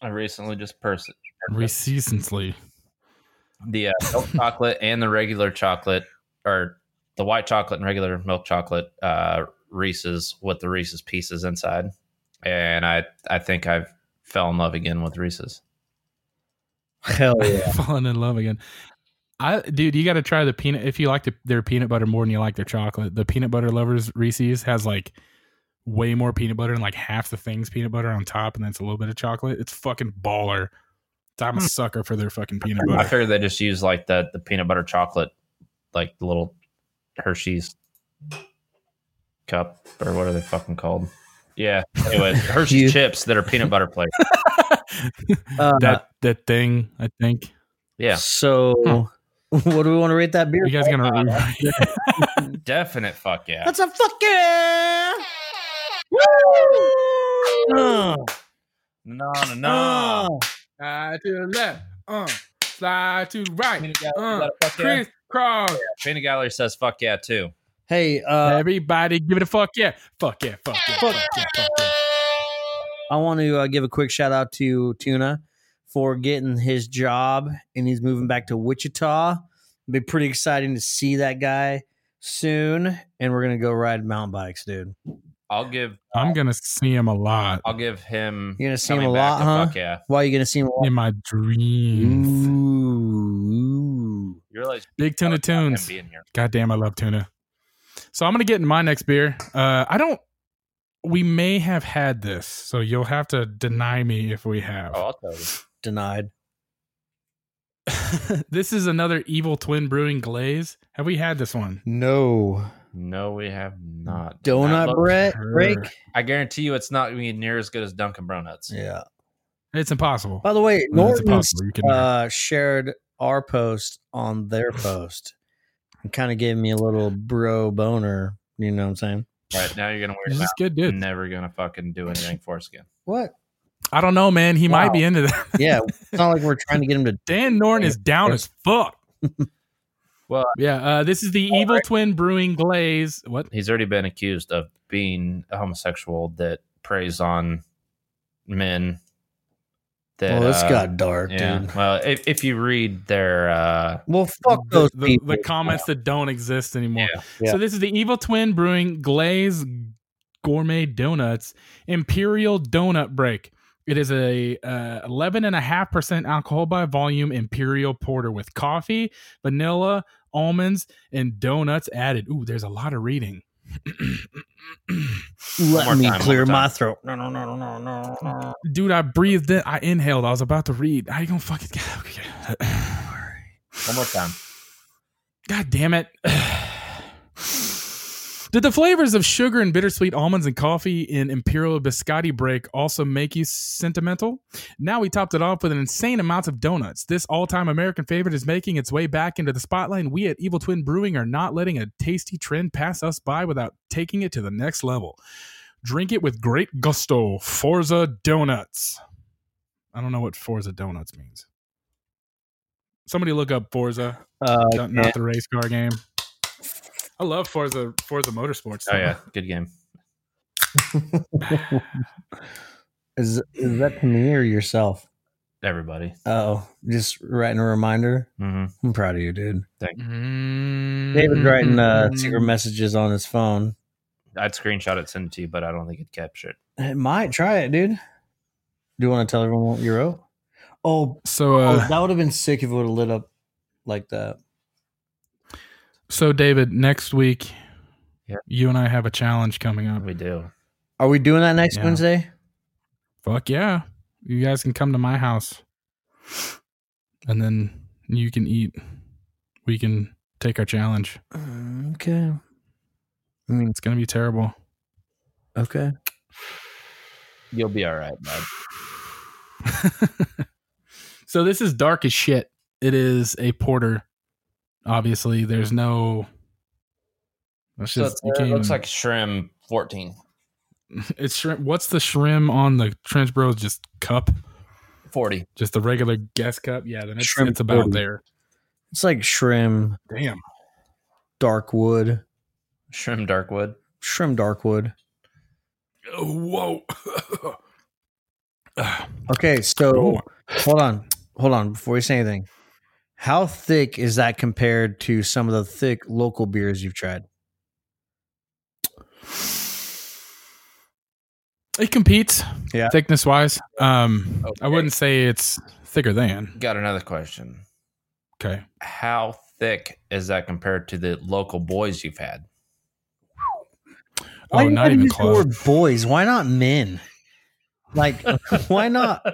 C: I recently just purchased
A: Reese's
C: the uh, milk chocolate and the regular chocolate, or the white chocolate and regular milk chocolate uh, Reese's with the Reese's pieces inside, and I I think I've fell in love again with Reese's.
B: hell yeah.
A: falling in love again. I dude, you got to try the peanut if you like the, their peanut butter more than you like their chocolate. The peanut butter lovers Reese's has like way more peanut butter and like half the things peanut butter on top, and then it's a little bit of chocolate. It's fucking baller. I'm a sucker for their fucking peanut
C: I
A: butter.
C: figured they just use like the the peanut butter chocolate, like the little Hershey's cup or what are they fucking called? Yeah. Anyway, Hershey's
B: You-
C: chips that are peanut butter flavored.
B: Uh,
A: that that thing, I think
C: Yeah,
B: So, what do we want to rate that beer?
A: Hmm. you guys gonna.
C: definite fuck yeah.
B: That's a fucking. Woo!
C: No, no,
B: Uh,
C: no.
A: slide to the left, uh, slide to the right,
C: Peanut gallery,
A: uh,
C: fuck yeah.
A: crisscross.
C: Peanut gallery says fuck yeah too.
B: Hey, uh,
A: Everybody, give it a fuck yeah, fuck yeah, fuck yeah, fuck yeah, fuck yeah.
B: I want to uh, give a quick shout out to Tuna for getting his job, and he's moving back to Wichita. It'll be pretty exciting to see that guy soon, and we're gonna go ride mountain bikes, dude.
C: I'll give
A: I'm gonna see him a lot
C: I'll give him.
B: You're gonna see him
C: coming
B: a
C: back
B: lot,
C: a
B: huh?
C: Fuck yeah.
B: Why are you gonna see him a lot?
A: in my
B: Mm.
A: dreams.
B: Ooh.
C: You realize
A: Big tuna tunes.
C: Being here.
A: God damn, I love tuna. So I'm gonna get in my next beer. Uh, I don't. We may have had this, so you'll have to deny me if we
C: Oh,
A: have.
C: I'll tell you.
B: Denied.
A: this is another Evil Twin Brewing Glaze. Have we had this one?
B: No.
C: No, we have not. That
B: Donut
C: looks-
B: bread
A: her.
B: break.
C: I guarantee you, it's not gonna be near as good as Dunkin' Donuts.
B: Yeah.
A: It's impossible.
B: By the way,
A: No, it's
B: Norton's
A: impossible. You can-
B: uh, shared our post on their post and kind of gave me a little bro boner. You know what I'm saying?
C: Right now, you're gonna wear
A: He's
C: it out.
A: just good
C: You're
B: Mm.
A: dude.
C: Never gonna fucking do anything for us again.
B: What?
A: I don't know, man. He
B: Wow.
A: might be into that.
B: Yeah. It's not like we're trying to get him to.
A: Dan Norton is down as fuck.
C: Well-
A: yeah. Uh, this is the Evil Twin Brewing Glaze. What?
C: He's already been accused of being a homosexual that preys on men.
B: Well, this
C: uh,
B: got dark,
C: yeah.
B: dude.
C: Well, if, if you read their uh,
B: Well, fuck
A: the,
B: those
A: the-
B: people.
A: the comments that don't exist anymore.
B: Yeah.
A: So this is the Evil Twin Brewing Glaze Gourmet Donuts Imperial Donut Break. It is a uh, 11.5% alcohol by volume Imperial Porter with coffee, vanilla, almonds, and donuts added. Ooh, there's a lot of reading.
C: more
B: Let me
C: time, one
B: clear
C: more
B: my
C: time.
B: throat. No, no, no, no, no, no, no.
A: Dude, I breathed in. I inhaled. I was about to read. How you gonna fucking
C: one more time.
A: God damn it. Did the flavors of sugar and bittersweet almonds and coffee in Imperial Biscotti break also make you sentimental? Now we topped it off with an insane amount of donuts. This all time American favorite is making its way back into the spotlight. and We at Evil Twin Brewing are not letting a tasty trend pass us by without taking it to the next level. Drink it with great gusto. Forza Donuts. I don't know what Forza Donuts means. Somebody look up Forza,
B: Uh,
A: not, not the race car game. I love Forza Forza Motorsports.
C: Oh yeah, good game.
B: Uh, is, is that to me or yourself?
C: Everybody.
B: Oh, just writing a reminder.
C: hmm
B: I'm proud of you, dude.
A: Mm,
B: David's writing uh,
A: mm,
B: secret messages on his phone.
C: I'd screenshot it, send it to you, but I don't think it captured.
B: It might try it, dude. Do you want to tell everyone what you wrote? Oh,
A: So,
B: oh,
A: uh,
B: that would have been sick if it would have lit up like that.
A: so David, next week,
C: Yeah.
A: you and I have a challenge coming up.
C: We do.
B: Are we doing that next
A: Yeah.
B: Wednesday?
A: Fuck yeah! You guys can come to my house, and then you can eat. We can take our challenge.
B: Okay. I mean,
A: It's gonna be terrible.
B: okay.
C: You'll be all right, bud.
A: so this is dark as shit. It is a porter. Obviously, there's no. That's
C: So
A: just, you
C: it
A: can't
C: looks
A: even-
C: like Shrim 14.
A: it's shrimp. What's the shrimp on the Trench Bros? Just cup,
C: 40.
A: just the regular guest cup. Yeah, then it's,
B: Shrimp
A: it's about
B: forty.
A: there.
B: It's like Shrim
A: Damn.
B: Darkwood.
C: Shrim Darkwood.
B: Shrim Darkwood.
A: Oh, whoa. Ah,
B: Okay, so
A: oh.
B: hold on. Hold on before you say anything. How thick is that compared to some of the thick local beers you've tried?
A: It competes.
B: Yeah.
A: Thickness wise, um, I
C: Okay.
A: wouldn't say it's thicker than.
C: Got another question.
A: Okay.
C: How thick is that compared to the local boys you've had?
A: Oh,
B: do you
A: not
B: gotta
A: even
B: use the
A: close.
B: word boys. Why not men? Like, why not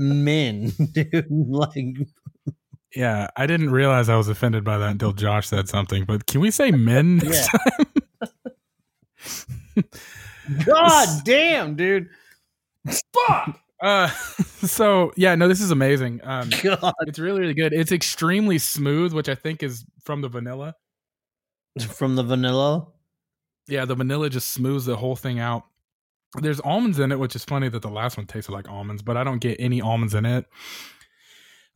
B: men, dude? Like,
A: Yeah, I didn't realize I was offended by that until Josh said something. But can we say men?
B: Yeah.
A: next time?
B: God damn, dude. Fuck.
A: Uh, so yeah, no, this is amazing. Um,
B: God.
A: it's really really good. It's extremely smooth, which I think is from the vanilla.
B: From the vanilla.
A: Yeah, the vanilla just smooths the whole thing out. There's almonds in it, which is funny that the last one tasted like almonds, but I don't get any almonds in it.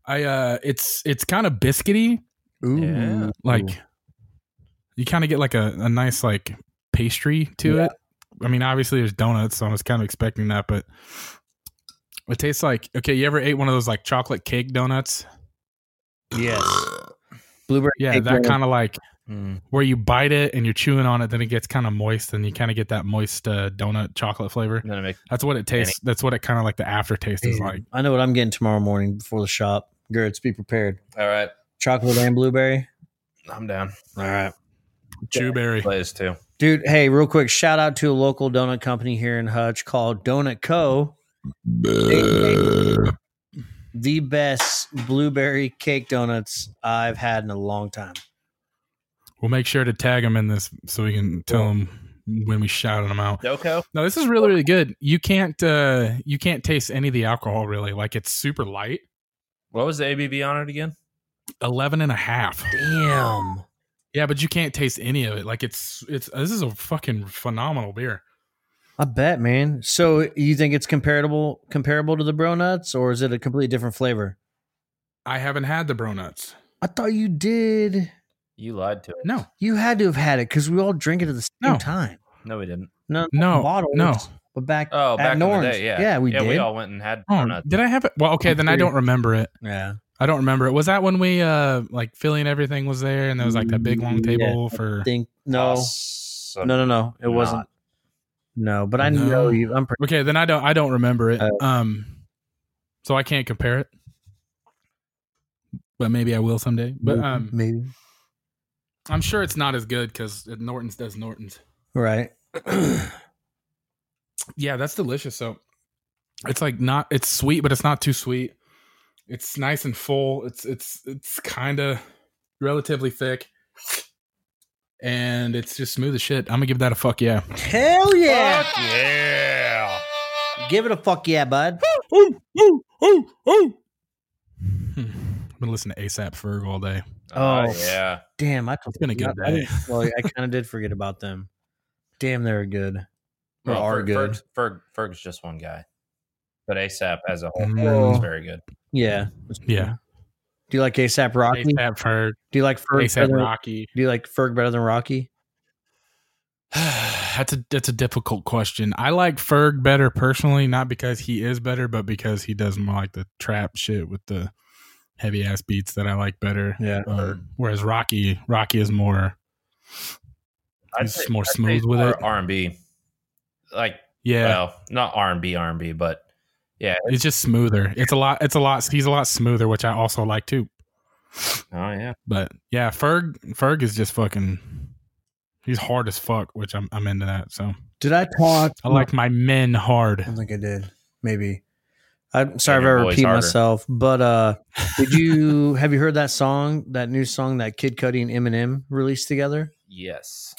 A: I uh, it's it's kind of biscuity,
B: Ooh.
C: Yeah.
A: like
B: Mm.
A: you kind of get like a, a nice like pastry to
B: Yeah.
A: it i mean obviously there's donuts so i was kind of expecting that but it tastes like okay you ever ate one of those like chocolate cake donuts
B: Yes. Blueberry.
A: yeah
B: cake
A: that
B: donut.
A: kind of like
C: Mm.
A: where you bite it and you're chewing on it then it gets kind of moist and you kind of get that moist uh, donut chocolate flavor
C: I'm gonna make
A: that's what it tastes that's what it kind of like the aftertaste is like
B: I know what I'm getting tomorrow morning before the shop. Gertz, be prepared.
C: all right.
B: Chocolate and blueberry.
C: I'm down.
B: All right.
A: chewberry
C: Plays too.
B: Dude, hey, real quick, shout out to a local donut company here in Hutch called Donut Co. The best blueberry cake donuts I've had in a long time.
A: we'll make sure to tag them in this so we can tell them when we shouted them out
C: Doko?
A: No, this is really really good. You can't uh you can't taste any of the alcohol really. Like it's super light.
C: What was the ABV on it again?
A: 11 and a half.
B: Damn.
A: Yeah, but you can't taste any of it. Like it's it's this is a fucking phenomenal beer.
B: I bet, man. So you think it's comparable comparable to the bro nuts, or is it a completely different flavor?
A: I haven't had the bro nuts.
B: I thought you did.
C: You lied to it.
A: No.
B: You had to have had it because we all drink it at the same
A: No.
B: time.
C: No, we didn't.
B: No,
A: No,
B: bottles,
A: no.
B: But back,
C: Oh, back
B: at
C: in
B: Norns,
C: the day, yeah.
B: we
C: yeah,
B: did.
C: we all went and had
A: Oh,
C: donuts.
A: did I have it? Well, okay, then I don't remember it.
B: yeah,
A: I don't remember it. Was that when we uh like Philly and everything was there and there was like that big long
B: Mm, Yeah.
A: table for
B: think no,
C: Awesome.
B: no, no, no. It
C: Not.
B: wasn't. No, but I
A: No.
B: know you. I'm pretty.
A: Okay, then I don't I don't remember it.
B: Uh,
A: um so I can't compare it. But maybe I will someday.
B: mm,
A: But um
B: maybe
A: I'm sure it's not as good because Norton's does Norton's.
B: right.
A: Yeah, that's delicious. So it's like not it's sweet, but it's not too sweet. It's nice and full. It's it's it's kind of relatively thick. and it's just smooth as shit. I'm gonna give that a fuck yeah.
B: Hell yeah.
C: Fuck yeah.
B: Give it a fuck yeah, bud.
A: Ooh, ooh, ooh, ooh. Hmm. I'm gonna listen to ASAP Ferg all day.
B: Oh.
C: oh yeah.
B: Damn, I
A: It's been a good
B: I
A: day.
B: didn't- well, I kind of did forget about them. Damn, they're good. Or
C: Well,
B: are
C: Ferg,
B: good.
C: Ferg's, Ferg, Ferg's just one guy, but ASAP as a whole
A: Mm.
C: is very good.
B: Yeah.
A: Yeah.
B: Do you like ASAP Rocky?
A: ASAP Ferg,
B: Do you like Ferg? better
A: ASAP
B: than-
A: Rocky.
B: Do you like Ferg better than Rocky?
A: that's a that's a difficult question. I like Ferg better personally, not because he is better, but because he does more like the trap shit with the heavy ass beats that I like better.
B: Yeah.
A: Um, whereas Rocky, Rocky is more He's more
C: say
A: smooth
C: he's
A: with
C: more
A: it.
C: R&B, like
A: yeah.
C: well, not R&B, R&B, but yeah.
A: It's just smoother. It's a lot. It's a lot. He's a lot smoother, which I also like too.
C: Oh yeah.
A: But yeah, Ferg Ferg is just fucking. He's hard as fuck, which I'm I'm into that. So
B: Did I talk?
A: I like my men
B: I
A: hard.
B: don't think I did. Maybe. I'm sorry
C: your
B: if I
C: voice
B: repeat
C: harder.
B: myself, but uh did you have you heard that song, that new song that Kid Cudi and Eminem released together?
C: Yes.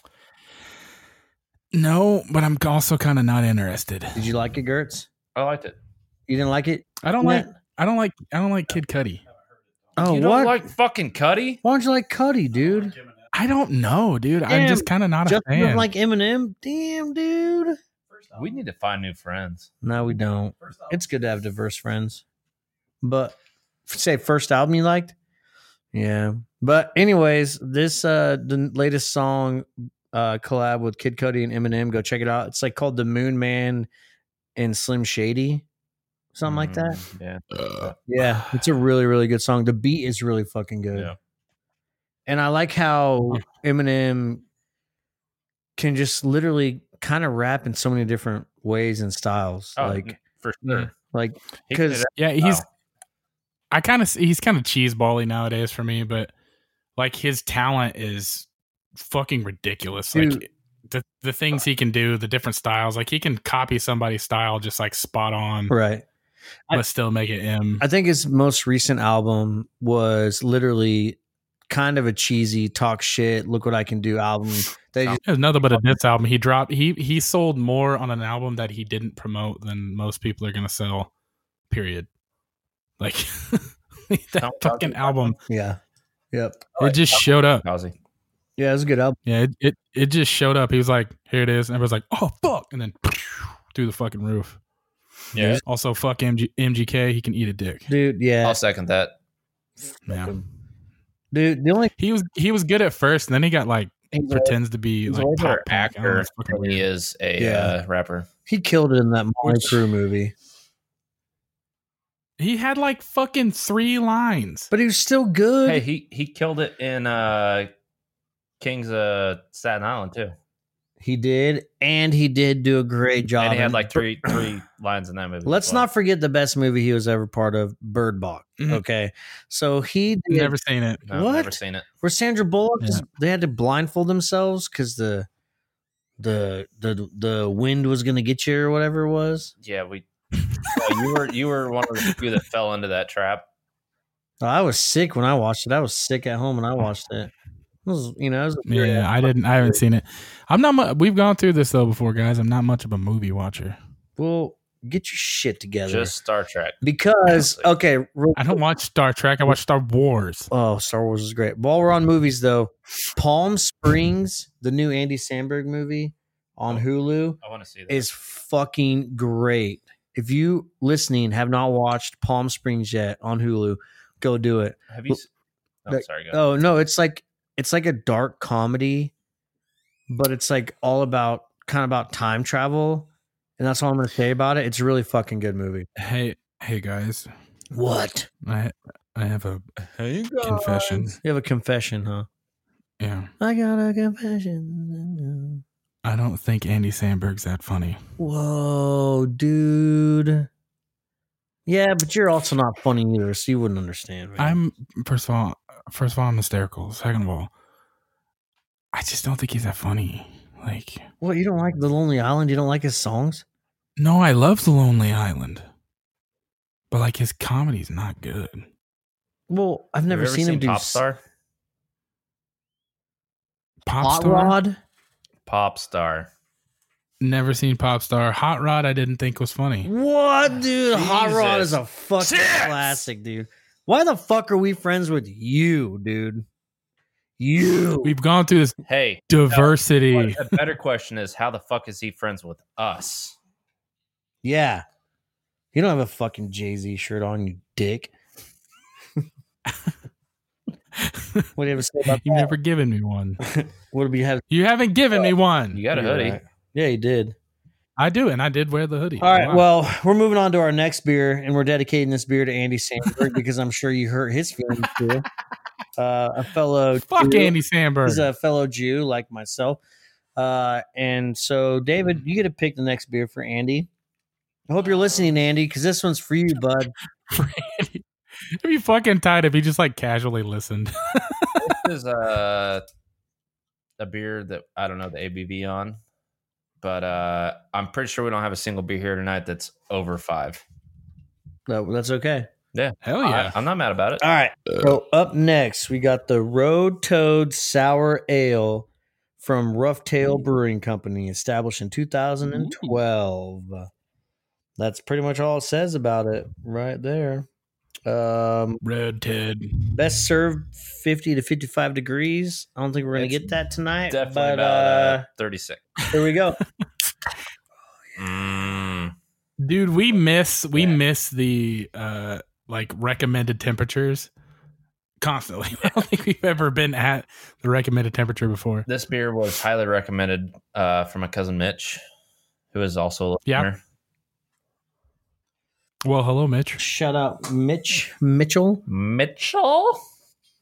A: No, but I'm also kind of not interested.
B: Did you like it, Gertz?
C: I liked it.
B: You didn't like it?
A: I don't
B: Matt?
A: like. I don't like. I don't like Kid Cudi.
B: Oh,
C: you
B: what?
C: don't like fucking Cuddy?
B: Why don't you like Cudi, dude?
A: I don't know, dude.
B: Damn,
A: I'm just kind of not
B: Just
A: a fan.
B: like Eminem? Damn, dude.
C: We need to find new friends.
B: No, we don't. It's good to have diverse friends. But f- say first album you liked? Yeah. But anyways, this uh the latest song uh collab with Kid Cudi and Eminem, go check it out. It's like called The Moon Man and Slim Shady. Something like that.
C: Mm, Yeah.
B: Uh,
A: Ugh.
B: Yeah. It's a really, really good song. The beat is really fucking good.
C: Yeah. Hmm.
B: And I like how Eminem can just literally kind of rap in so many different ways and styles.
C: Oh,
B: like
C: for sure.
A: Mm.
B: like
C: He did
B: 'Cause-
C: it
A: yeah, he's.
C: Wow.
A: I kind of he's kind of cheeseball-y nowadays for me, but like his talent is fucking ridiculous.
B: Dude.
A: Like the the things he can do, the different styles, like he can copy somebody's style just like spot on,
B: right.
A: but still make it him.
B: I think his most recent album was literally kind of a cheesy talk shit, look what I can do album. They just,
A: There's nothing but a diss album. He dropped. He he sold more on an album that he didn't promote than most people are gonna sell. Period. Like that
C: Sounds
A: fucking
C: like-
A: album.
B: yeah. Yep.
A: It just showed up.
C: Ozzy.
B: Yeah, it was a good album.
A: Yeah, it, it it just showed up. He was like, "Here it is," and everyone's like, "Oh fuck!" And then through the fucking roof.
C: Yeah.
A: Also, fuck MG, MGK. He can eat a dick.
B: Dude, yeah.
C: I'll second that.
A: Yeah.
B: Dude, the only
A: He was he was good at first, and then he got like
B: thing that
A: pretends to be
C: He's
A: like
C: a better
A: pop punk.
B: Oh,
A: I don't know,
C: actor
A: it's fucking
C: than he
A: weird.
C: is a
B: Yeah.
C: uh, rapper.
B: he killed it in that My
A: Which-
B: Crew movie.
A: He had like fucking three lines.
B: But he was still good.
C: Hey, he he killed it in uh, King's uh, Staten Island too.
B: he did, and he did do a great job.
C: and he had
B: in-
C: like three three lines in that movie.
B: Let's not forget the best movie he was ever part of, Bird Box.
C: Mm-hmm.
A: Mhm.
B: Okay. So he did,
A: Never seen it.
C: No,
B: What?
C: Never seen it.
B: where Sandra Bullock
A: Yeah.
B: just, they had to blindfold themselves because the the the the wind was gonna get you or whatever it was.
C: Yeah, we. Well, you were you were one of the few that fell into that trap.
B: Oh, I was sick when I watched it. I was sick at home when I watched it. It was, you know, it was
A: Yeah, I didn't. I haven't seen it. I'm not. Mu- we've gone through this though before, guys. I'm not much of a movie watcher.
B: Well, get your shit together.
C: Just Star Trek.
B: because okay, real-
A: I don't watch Star Trek. I watch Star Wars.
B: Oh, Star Wars is great. While we're on movies, though, Palm Springs, the new Andy Sandberg movie on Hulu,
C: I want to see that.
B: is fucking great. If you listening have not watched Palm Springs yet on Hulu, go do it.
C: Have you? s- Oh,
B: Like-
C: sorry, go.
B: Oh no, it's like it's like a dark comedy, but it's like all about kind of about time travel, and that's all I'm gonna say about it. It's a really fucking good movie.
A: Hey, hey guys.
B: What?
A: I I have a confession.
B: You have a confession, huh?
A: Yeah.
B: I got a confession.
A: I don't think Andy Sandberg's that funny.
B: Whoa, dude. Yeah, but you're also not funny either, so you wouldn't understand. man.
A: I'm first of all, first of all, I'm hysterical. Second of all, I just don't think he's that funny. Like,
B: What you don't like the Lonely Island? You don't like his songs?
A: no, I love The Lonely Island, but like his comedy's not good.
B: Well, I've
C: Have you
B: never
C: ever
B: seen him do.
C: Pop
B: s-
C: Star.
A: Pop
B: Hot
A: Star.
B: Rod.
C: Pop star.
A: Never seen Pop Star. Hot Rod. I didn't think was funny.
B: What, dude? Hot Rod
C: Jesus.
B: is a fucking
C: Six.
B: classic, dude. Why the fuck are we friends with you, dude? You.
A: We've gone through this
C: Hey,
A: diversity.
C: what- a better question is how the fuck is he friends with us?
B: yeah. You don't have a fucking Jay Z shirt on, you dick. what do you have to say about
A: You've
B: that?
A: never given me one.
B: What do we have?
A: You haven't given me
C: You
A: one.
C: got a
B: You're
C: hoodie.
B: right. Yeah, he did.
A: I do, and I did wear the hoodie.
B: All right.
A: Wow.
B: Well, we're moving on to our next beer, and we're dedicating this beer to Andy Sandberg because I'm sure you hurt his feelings too. Uh, a fellow
A: fuck
B: Jew-
A: Andy Samberg.
B: He's a fellow Jew like myself. Uh, and so, David, you get to pick the next beer for Andy. I hope you're listening, Andy, because this one's for you, bud.
A: It'd be fucking tight if he just like casually listened.
C: This is a a beer that I don't know the ABV on, but uh, I'm pretty sure we don't have a single beer here tonight that's over five.
B: No, that's okay. Oh,
A: Hell yeah.
C: I, am not mad about it.
B: All right.
C: Uh,
B: So up next, we got the Road Toad Sour Ale from Rough Tail Brewing Company, established in 2012. That's pretty much all it says about it right there. Um,
A: Red Ted.
B: best served 50 to 55 degrees. I don't think we're going to
C: It's
B: get that tonight.
C: Definitely
B: but,
C: about uh, 36.
B: uh, here we go.
C: Mm.
A: Dude, we miss we
C: Yeah.
A: miss the uh like recommended temperatures constantly. I don't think we've ever been at the recommended temperature before.
C: This beer was highly recommended uh, from my cousin Mitch, who is also a
A: Yeah.
C: listener.
A: Well, hello, Mitch.
B: Shout out Mitch Mitchell.
C: Mitchell.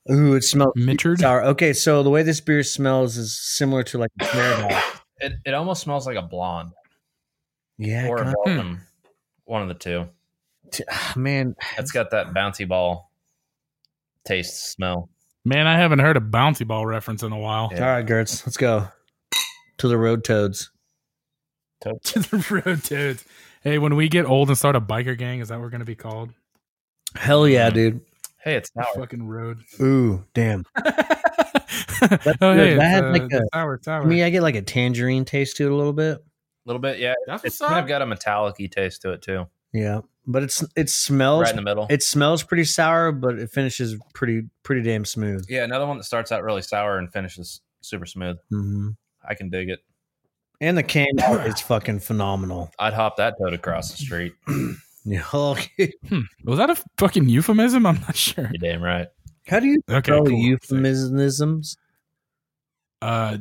B: Ooh, it smells
A: Mitchard.
B: sour. Okay, so the way this beer smells is similar to like a Carrot Hop.
C: It, it almost smells like a blonde
B: Yeah,
C: or a
B: God, ah,
C: Belgium, one of the two.
B: man,
C: It's got that bouncy ball taste smell.
A: Man, I haven't heard a bouncy ball reference in a while.
C: Yeah.
B: All right, Gertz, let's go to the road toads.
A: to the road dudes. Hey, when we get old and start a biker gang, is that what we're gonna be called?
B: Hell yeah, dude.
C: Hey, it's sour.
A: Fucking road.
B: Mm. Ooh, damn.
A: oh
B: good.
A: hey, it's,
B: That had
A: uh,
B: like
A: the
B: a-
A: sour
B: I
A: sour.
B: mean, I get like a tangerine taste to it a little bit.
C: little bit, yeah.
A: That's
C: It's
A: what's
C: kind of
A: up.
C: got a metallic taste to it too,
B: Yeah, but it's it smells
C: right in the middle.
B: it smells pretty sour, but it finishes pretty pretty damn smooth.
C: yeah, another one that starts out really sour and finishes super smooth.
B: hmm
C: I can dig it.
B: And the can art is fucking phenomenal.
C: I'd hop that toad across the street.
B: Yeah. oh, okay.
A: Hmm. Was that a fucking euphemism? I'm not sure.
C: You're damn right.
B: How do you
A: Okay,
B: spell
A: cool.
B: euphemisms?
A: Uh,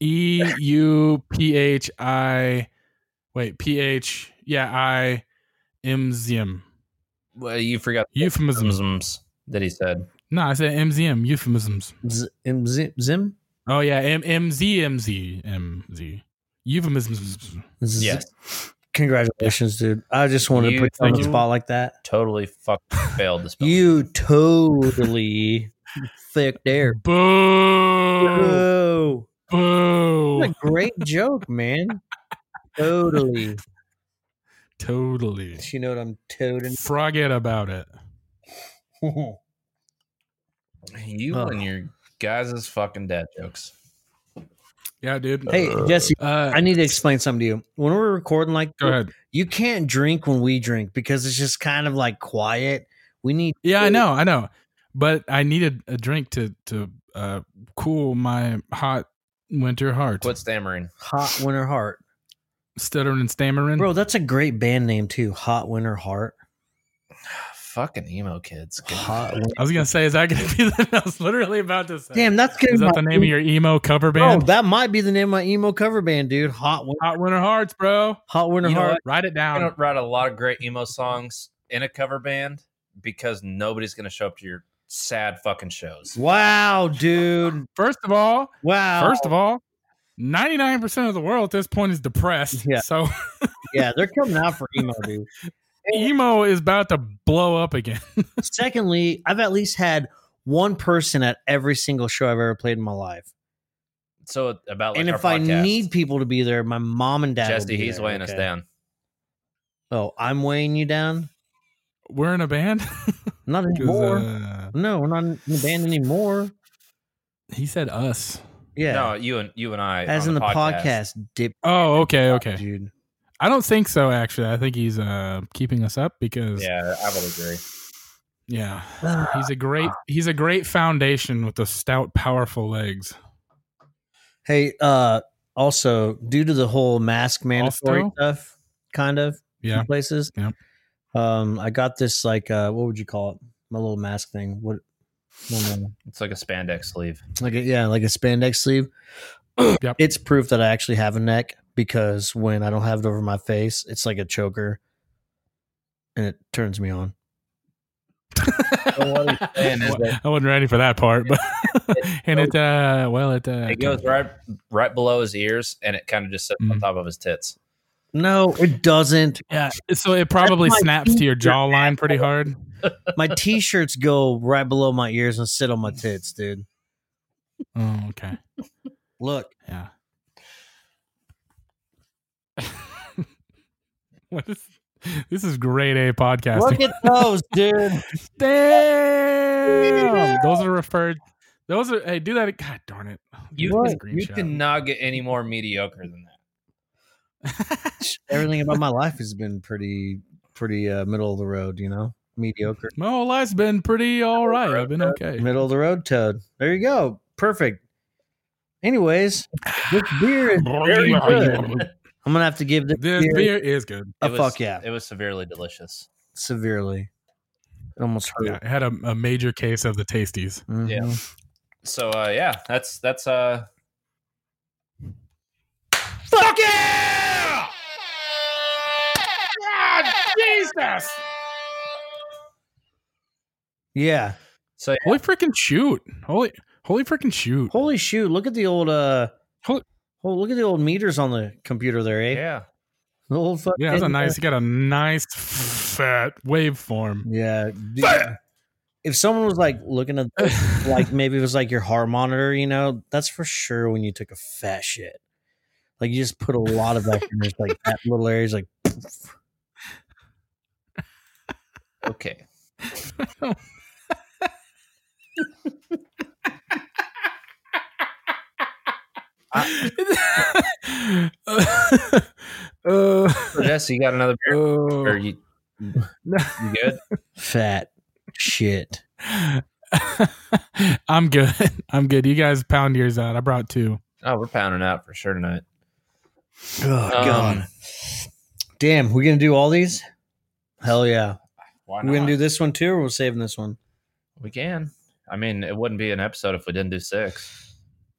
A: E U P H I. Wait, P H. Yeah, I. M Z M.
C: Well, you forgot
A: Euphemisms.
C: euphemisms that he said.
A: No, I said M Z M. Euphemisms.
B: Z- im- zim- zim?
A: Oh yeah, M M Z M Z M Z. Euphemisms.
B: Z-
C: Yes,
B: Congratulations, dude. I just wanted
C: You-
B: to put you on the
A: thank you.
B: spot like that.
C: totally fucking failed to spell.
B: You totally thick there.
A: Boo.
B: Oh,
A: Boo.
B: what a great joke, man. Totally.
A: Totally.
B: You know what I'm toting?
A: Forget about it.
C: you
B: Oh.
C: and your guys' fucking dad jokes.
A: Yeah, dude.
B: hey, Jesse,
A: Uh,
B: I need to explain something to you. When we're recording like
A: go ahead.
B: you can't drink when we drink because it's just kind of like quiet. We need
A: Yeah, I know, I know. But I needed a drink to to uh, cool my hot winter heart.
C: Quit stammering.
B: Hot Winter Heart.
A: Stuttering and stammering.
B: Bro, that's a great band name too. Hot Winter Heart.
C: fucking emo kids. Good
B: Hot
C: God.
B: Winter
A: I was gonna say, is that gonna be? The, I was literally about to say.
B: Damn, that's gonna
A: is
B: be
A: that
B: my
A: the name of your emo cover
B: Bro,
A: band?
B: that might be the name of my emo cover band, dude. Hot Win-
A: Hot winter hearts, bro.
B: Hot Winter
C: You know
B: Heart.
A: Write it
C: I'm
A: down.
C: gonna write a lot of great emo songs in a cover band because nobody's gonna show up to your sad fucking shows.
B: Wow, dude.
A: First of all,
B: Wow.
A: first of all, ninety nine percent of the world at this point is depressed.
B: Yeah.
A: So
B: yeah, they're coming out for emo, dude.
A: emo is about to blow up again.
B: Secondly, I've at least had one person at every single show I've ever played in my life.
C: So about Oh, like
B: and
C: our
B: if I
C: podcast.
B: need people to be there, my mom and dad. will be
C: Jesse, he's
B: there,
C: weighing us
B: okay?
C: down.
B: Oh, I'm weighing you down.
A: We're in a band.
B: Not
A: uh, 'Cause,
B: anymore.
A: uh,
B: no, we're not in the band anymore.
A: he said us.
B: Yeah.
C: No, you and you and I
B: As
C: on
B: in the podcast, dip,
A: Oh, okay, okay.
B: dude.
A: I don't think so. Actually, I think he's uh keeping us up because
C: Yeah, I would agree.
A: yeah, he's a
B: Ah.
A: great he's a great foundation with the stout, powerful legs.
B: Hey, uh, also due to the whole mask mandatory
A: Also?
B: stuff, kind of in
A: Yeah,
B: places.
A: Yeah.
B: Um, I got this like uh, what would you call it? My little mask thing. What? I don't know.
C: It's like a spandex sleeve.
B: Like a, yeah, like a spandex sleeve.
A: Yep.
B: It's proof that I actually have a neck because when I don't have it over my face, it's like a choker, and it turns me on.
C: what he's saying is that-
A: I wasn't ready for that part, but and it uh well it uh
C: It goes right right below his ears, and it kind of just
B: Mm-hmm.
C: sits
A: Mhm.
C: on top of his tits.
B: No, it doesn't.
A: yeah so it probably
B: my
A: snaps to your jawline pretty hard.
B: My t-shirts go right below my ears and sit on my tits, dude.
A: Oh, okay.
B: Look,
A: Yeah. what is this is great A podcasting.
B: look at those, dude.
A: Damn. Those are referred those are hey, do that god darn it.
C: You
A: What?
C: can, you
A: Screenshot.
C: cannot get any more mediocre than that.
B: Everything about my life has been pretty, pretty uh, middle of the road. You know, mediocre,
A: My whole life's been pretty all right. I've been okay.
B: middle of the road toad. There you go, perfect. Anyways, this beer is very good. I'm gonna have to give this,
A: This
B: beer
A: beer is good.
B: a
C: It was-
B: Oh, fuck yeah,
C: It was severely delicious.
B: severely. It almost hurt.
A: Yeah, I had a, a major case of the tasties.
B: Mhm.
C: Yeah. So uh, yeah, that's that's uh
A: Fuck yeah! Jesus!
B: yeah.
C: so
A: Holy freaking shoot! Holy, holy freaking shoot!
B: Holy shoot! Look at the old uh.
A: Holy-
B: Oh, look at the old meters on the computer there, eh?
C: yeah.
B: The old fucking,
A: Yeah, that's a nice. You got a nice fat waveform.
B: Yeah. dude. If someone was like looking at like maybe it was like your heart monitor, you know, that's for sure when you took a fat shit. Like you just put a lot of effort into like that little areas like
C: Okay.
A: uh, uh,
C: So Jesse, you got another beer? Or
A: uh,
C: you, you good?
B: fat shit.
A: I'm good. I'm good. You guys pound yours out. I brought two.
C: Oh, we're pounding out for sure tonight.
B: Oh god. Damn, we gonna do all these? Hell yeah.
C: Why
B: We're gonna
C: not?
B: do this one too, or we're saving this one.
C: we can. I mean, it wouldn't be an episode if we didn't do six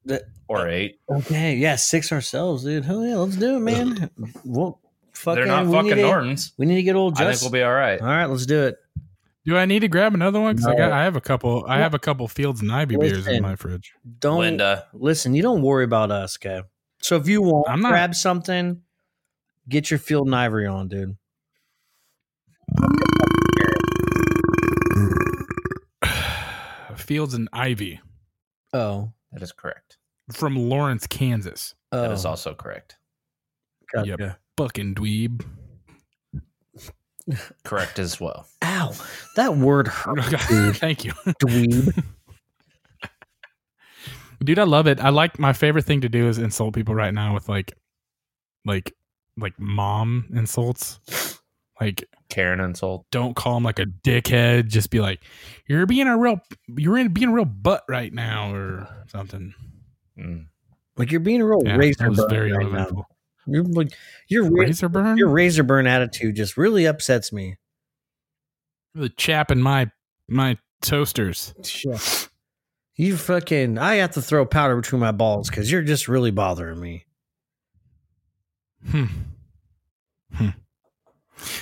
B: That-
C: or eight.
B: Okay, yeah, six ourselves, dude. Hell yeah, let's do it, man. Well fucking
C: They're not
B: we need
C: fucking
B: to-
C: Nortons.
B: We need to get old
C: I think
B: Justin.
C: we'll be all right.
B: all right, let's do it.
A: Do I need to grab another one? Because I got.
B: No.
A: I have a couple. I have a couple Fields and Ivy beers
B: Listen.
A: in my fridge.
B: Don't
C: Linda,
B: listen, you don't worry about us, okay? So if you want,
A: I'm not-
B: grab something, get your field and ivory on, dude.
A: Fields and Ivy
B: Oh,
C: that is correct.
A: from Lawrence, Kansas.
B: oh,
C: That is also correct.
B: gotcha.
A: Yep. Fucking dweeb.
C: Correct as well.
B: Ow, that word hurt, dude.
A: Thank you.
B: Dweeb.
A: dude i love it i like my favorite thing to do is insult people right now with like like like mom insults like
C: Karen insult.
A: don't call him like a dickhead just be like you're being a real you're in being a real butt right now or something
C: Mm.
B: Like you're being a real
A: yeah,
B: razor
A: that was
B: burn
A: very
B: right now.
A: elemental
B: You're like your ra-
A: razor burn
B: your razor burn attitude just really upsets me.
A: really chapping my my toasters
B: You fucking, I have to throw powder between my balls because you're just really bothering me.
A: hmm. Hmm.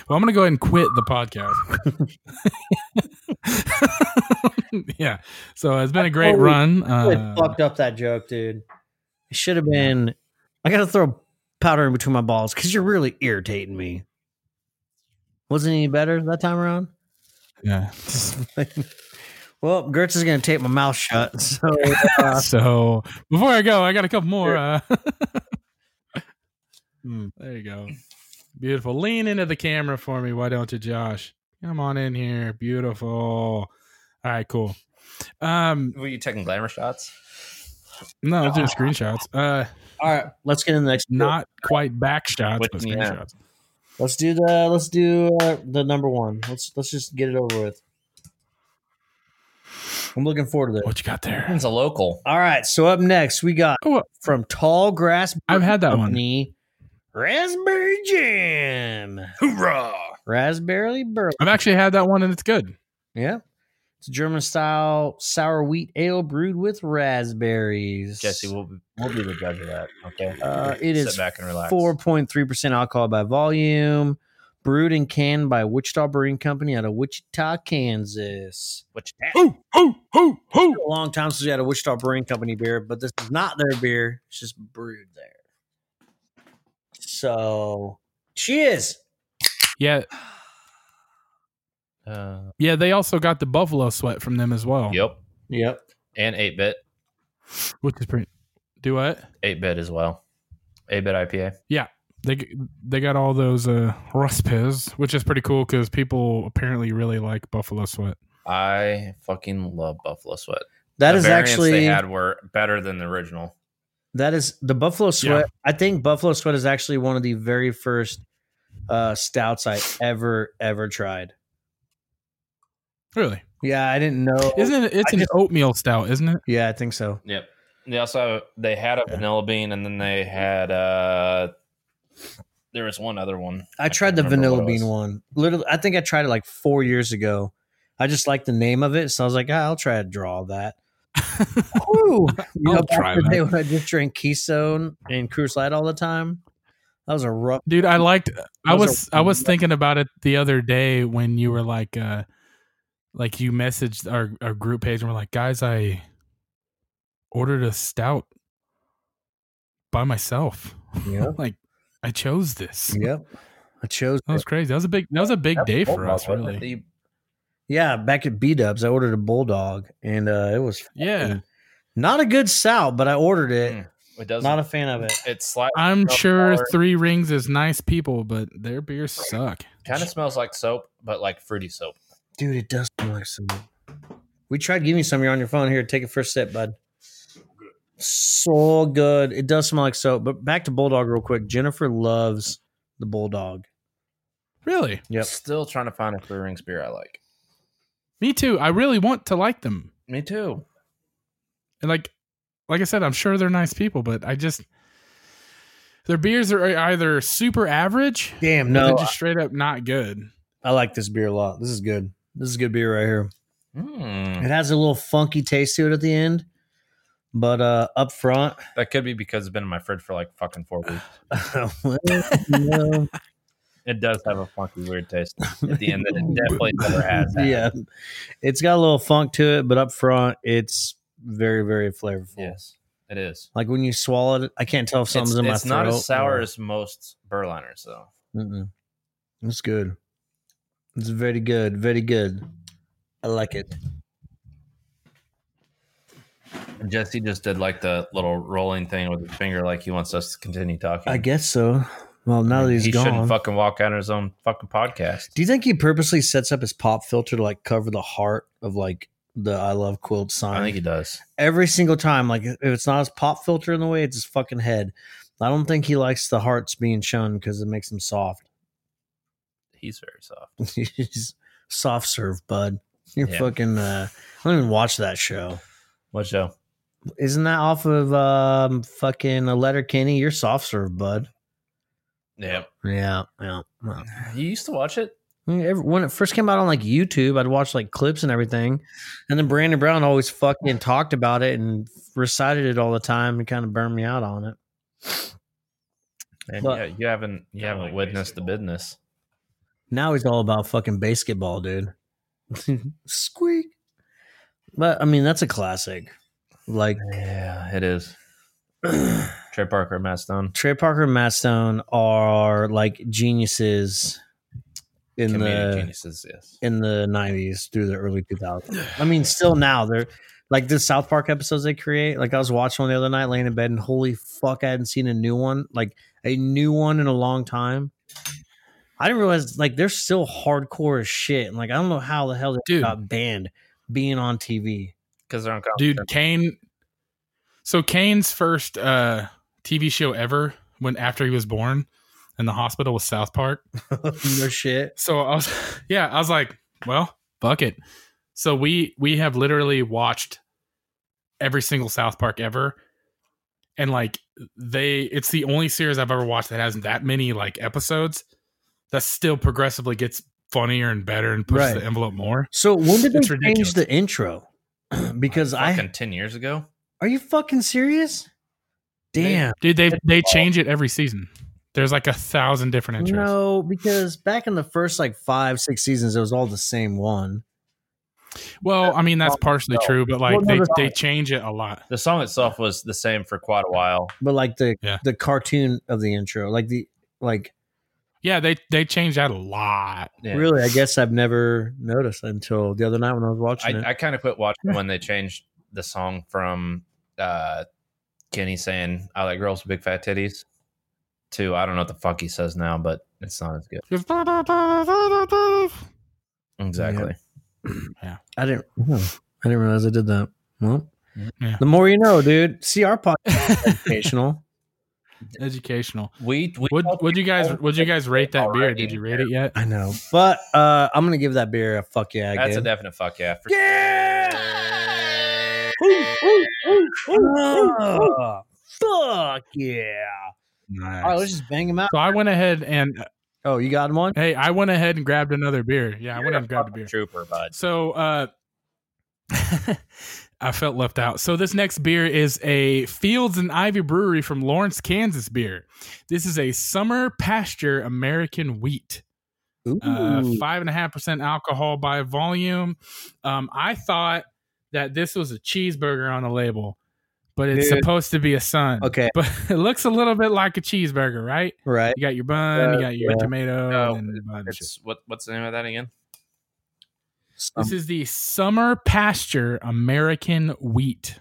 A: well i'm gonna go ahead and quit the podcast yeah so it's been a great
B: Holy
A: run
B: I
A: uh,
B: fucked up that joke, dude. It should have been. I gotta throw powder in between my balls because you're really irritating me. Wasn't any better that time around?
A: yeah
B: well, Gertz is gonna tape my mouth shut. So uh,
A: so before I go, I got a couple more. Uh,
B: hmm.
A: there you go. Beautiful. Lean into the camera for me. Why don't you, Josh? Come on in here. Beautiful. All right, cool. Um,
C: Were you taking glamour shots?
A: No, those are screenshots. Uh,
B: All right, let's get in the next.
A: not quite back shots,
C: Which-
A: but
C: yeah.
A: screenshots.
B: Let's do the. Let's do uh, the number one. Let's let's just get it over with. I'm looking forward to this.
A: What you got there?
C: It's a local.
B: All right, so up next we got
A: Oh, uh,
B: from Tall Grass
A: I've had that one.
B: Company, Raspberry Jam,
A: Hoorah!
B: Raspberry Burl.
A: I've actually had that one, and it's good.
B: Yeah, it's a German style sour wheat ale brewed with raspberries.
C: Jesse, we'll, we'll be the judge of that. Okay.
B: Uh, it
C: Sit
B: is
C: back and relax.
B: 4.3% alcohol by volume, brewed and canned by Wichita Brewing Company out of Wichita, Kansas.
C: Which,
A: Ooh, ooh, ooh, ooh.
B: A long time since we had a Wichita Brewing Company beer, but this is not their beer. It's just brewed there. So, cheers.
A: Yeah,
C: uh,
A: yeah. They also got the buffalo sweat from them as well.
C: yep.
B: Yep.
C: And 8 bit.
A: Which is pretty. Do what?
C: 8 bit as well. 8 bit IPA.
A: They g- they got all those uh raspers, which is pretty cool because people apparently really like buffalo sweat.
C: I fucking love Buffalo Sweat.
B: That
C: the
B: is
C: variants they
B: actually
C: had were better than the original.
B: that is the Buffalo Sweat. I think Buffalo Sweat is actually one of the very first uh stouts I ever ever tried.
A: Really?
B: Yeah, I didn't know.
A: Isn't it? It's
B: I
A: an
B: just-
A: oatmeal stout, isn't it?
B: yeah, I think so.
C: Yep. They also they had a
A: Yeah.
C: vanilla bean, and then they had uh, there was one other one.
B: I tried
C: can't
B: the
C: remember what
B: vanilla
C: it
B: bean
C: was.
B: one. Literally, I think I tried it like four years ago. I just liked the name of it, so I was like, ah, I'll try to draw that. Woo! You
A: I'll
B: know, back
A: try
B: in the
A: that.
B: day when I just drank Keystone and Cruise Light all the time. That was a rough.
A: Dude, I liked. I
B: Those
A: was
B: are-
A: I was thinking about it the other day when you were like, uh like you messaged our our group page and we're like, guys, I ordered a stout by myself.
B: Yeah,
A: Like, I chose this.
B: yep. I chose.
A: That was crazy. That was a big. That was a big day for us,
C: Wasn't it?
A: really.
C: The-
B: Yeah, back at B Dubs, I ordered a bulldog, and uh, it was
A: Yeah,
B: not a good sow, but I ordered
C: Mm,
B: it.
C: It doesn't.
B: Not a fan of it.
C: it slightly
A: I'm
C: Smell
A: sure
C: sour.
A: Three Rings is nice people, but their beers suck.
C: kind of smells like soap, but like fruity soap.
B: Dude, it does smell like some. We tried giving you some. You're on your phone here. Take a first sip, bud. So good. It does smell like soap. But back to Bulldog real quick. Jennifer loves the Bulldog.
A: Really,
B: Yep.
C: Still trying to find a three rings beer I like.
A: me too. I really want to like them,
C: Me too.
A: and like, like I said, I'm sure they're nice people, but I just their beers are e-, either super average,
B: Damn,
A: or they're
B: no.
A: just straight up not good.
B: I like this beer a lot. This is good. This is good beer right here.
C: Mm.
B: It has a little funky taste to it at the end. But uh up front,
C: That could be because it's been in my fridge for like fucking four weeks.
B: well, no.
C: It does have a funky, weird taste at the end that it definitely never has. had.
B: yeah. It's got a little funk to it, but up front, it's very, very flavorful.
C: Yes, it is.
B: Like when you swallow it, I can't tell if something's
C: it's
B: in my
C: it's
B: throat.
C: not as sour
B: or-
C: as most Berliners, though.
B: Mm-mm. It's good. It's very good. Very good. I like it.
C: Jesse just did like the little rolling thing with his finger, like he wants us to continue talking.
B: I guess so. Well, now that he's
C: he
B: gone,
C: shouldn't fucking walk out of his own fucking podcast.
B: do you think he purposely sets up his pop filter to like cover the heart of like the I love quilt sign?
C: I think he does.
B: Every single time, like if it's not his pop filter in the way, it's his fucking head. I don't think he likes the hearts being shown because it makes him soft.
C: He's very soft.
B: He's soft serve, bud. You're
C: Yeah.
B: fucking. Uh, I don't even watch that show.
C: What show?
B: Isn't that off of um fucking a letter Kenny? You're soft serve, bud.
C: Yeah,
B: Yeah, yeah. yeah.
C: you used to watch it.
B: I mean, every- When it first came out on like YouTube, I'd watch like clips and everything, and then Brandon Brown always fucking talked about it and recited it all the time and kind of burned me out on it.
C: And
B: But-
C: yeah, you haven't you haven't witnessed the business.
B: Now he's all about fucking basketball, dude. Squeak. But I mean, that's a classic. Like
C: Yeah, it is. Trey Parker, Matt Stone,
B: Trey Parker and Matt Stone are like geniuses in
C: comedic
B: the
C: geniuses. Yes,
B: in the 90s through the early 2000s. I mean, still now they're like the South Park episodes they create. Like I was watching one the other night, laying in bed, and holy fuck, I hadn't seen a new one, like a new one in a long time. I didn't realize like they're still hardcore as shit, and like I don't know how the hell they
A: Dude.
B: got banned being on TV.
C: because they're on.
A: Dude, Kane So Kane's first uh, TV show ever, when after he was born, in the hospital was South Park.
B: no shit.
A: So I was, yeah, I was like, well, fuck it. So we we have literally watched every single South Park ever, and like they, it's the only series I've ever watched that has that many like episodes. That still progressively gets funnier and better and pushes
B: Right.
A: the envelope more.
B: So when did they
A: It's
B: change
A: ridiculous.
B: the intro? because I
C: Fucking ten years ago.
B: are you fucking serious? Damn.
A: Dude, they they change it every season. There's like a thousand different intros.
B: No, because back in the first like five, six seasons, it was all the same one.
A: Well, I mean that's partially
C: no.
A: true, but like
B: Well, no,
A: they,
B: that's
A: they change it a lot.
C: The song itself was the same for quite a while.
B: But like the
A: Yeah.
B: the cartoon of the intro, like the like
A: Yeah, they they change that a lot.
C: Yeah.
B: really, I guess I've never noticed until the other night when I was watching it.
C: I, I kind of quit watching when they changed the song from uh, Kenny saying "I like girls with big fat titties" to I don't know what the fuck he says now, but it's not as good.
A: It's da, da, da, da, da, da.
C: Exactly.
B: I didn't. oh, I didn't realize I did that. Well,
A: Yeah.
B: the more you know, dude. See our podcast educational.
A: Educational.
C: We we
A: Would would you guys would you guys rate that beer? Did you rate it yet?
B: I know, but uh, I'm gonna give that beer a fuck yeah.
C: That's a
B: again.
C: definite fuck yeah. For
B: yeah. Ooh, ooh, ooh, ooh, ooh, ooh. Ah, Fuck yeah! All right, let's
A: Nice.
B: just bang them out.
A: So I went ahead and
B: Oh, you got one?
A: hey, I went ahead and grabbed another beer. Yeah, I
C: You're
A: went ahead and grabbed a
C: fucking
A: beer.
C: Trooper, bud.
A: So uh I felt left out. So this next beer is a Fields and Ivy Brewery from Lawrence, Kansas beer. This is a summer pasture American wheat. Uh
B: Ooh.
A: five and a half percent alcohol by volume. Um, I thought that this was a cheeseburger on the label, but it's
B: Dude.
A: supposed to be a sun.
B: okay,
A: But it looks a little bit like a cheeseburger, right?
B: right.
A: You got your bun, you got your
B: Yeah.
A: tomato,
C: No,
A: and the bun.
C: It's what what's the name of that again?
B: um,
A: This is the Summer Pasture American Wheat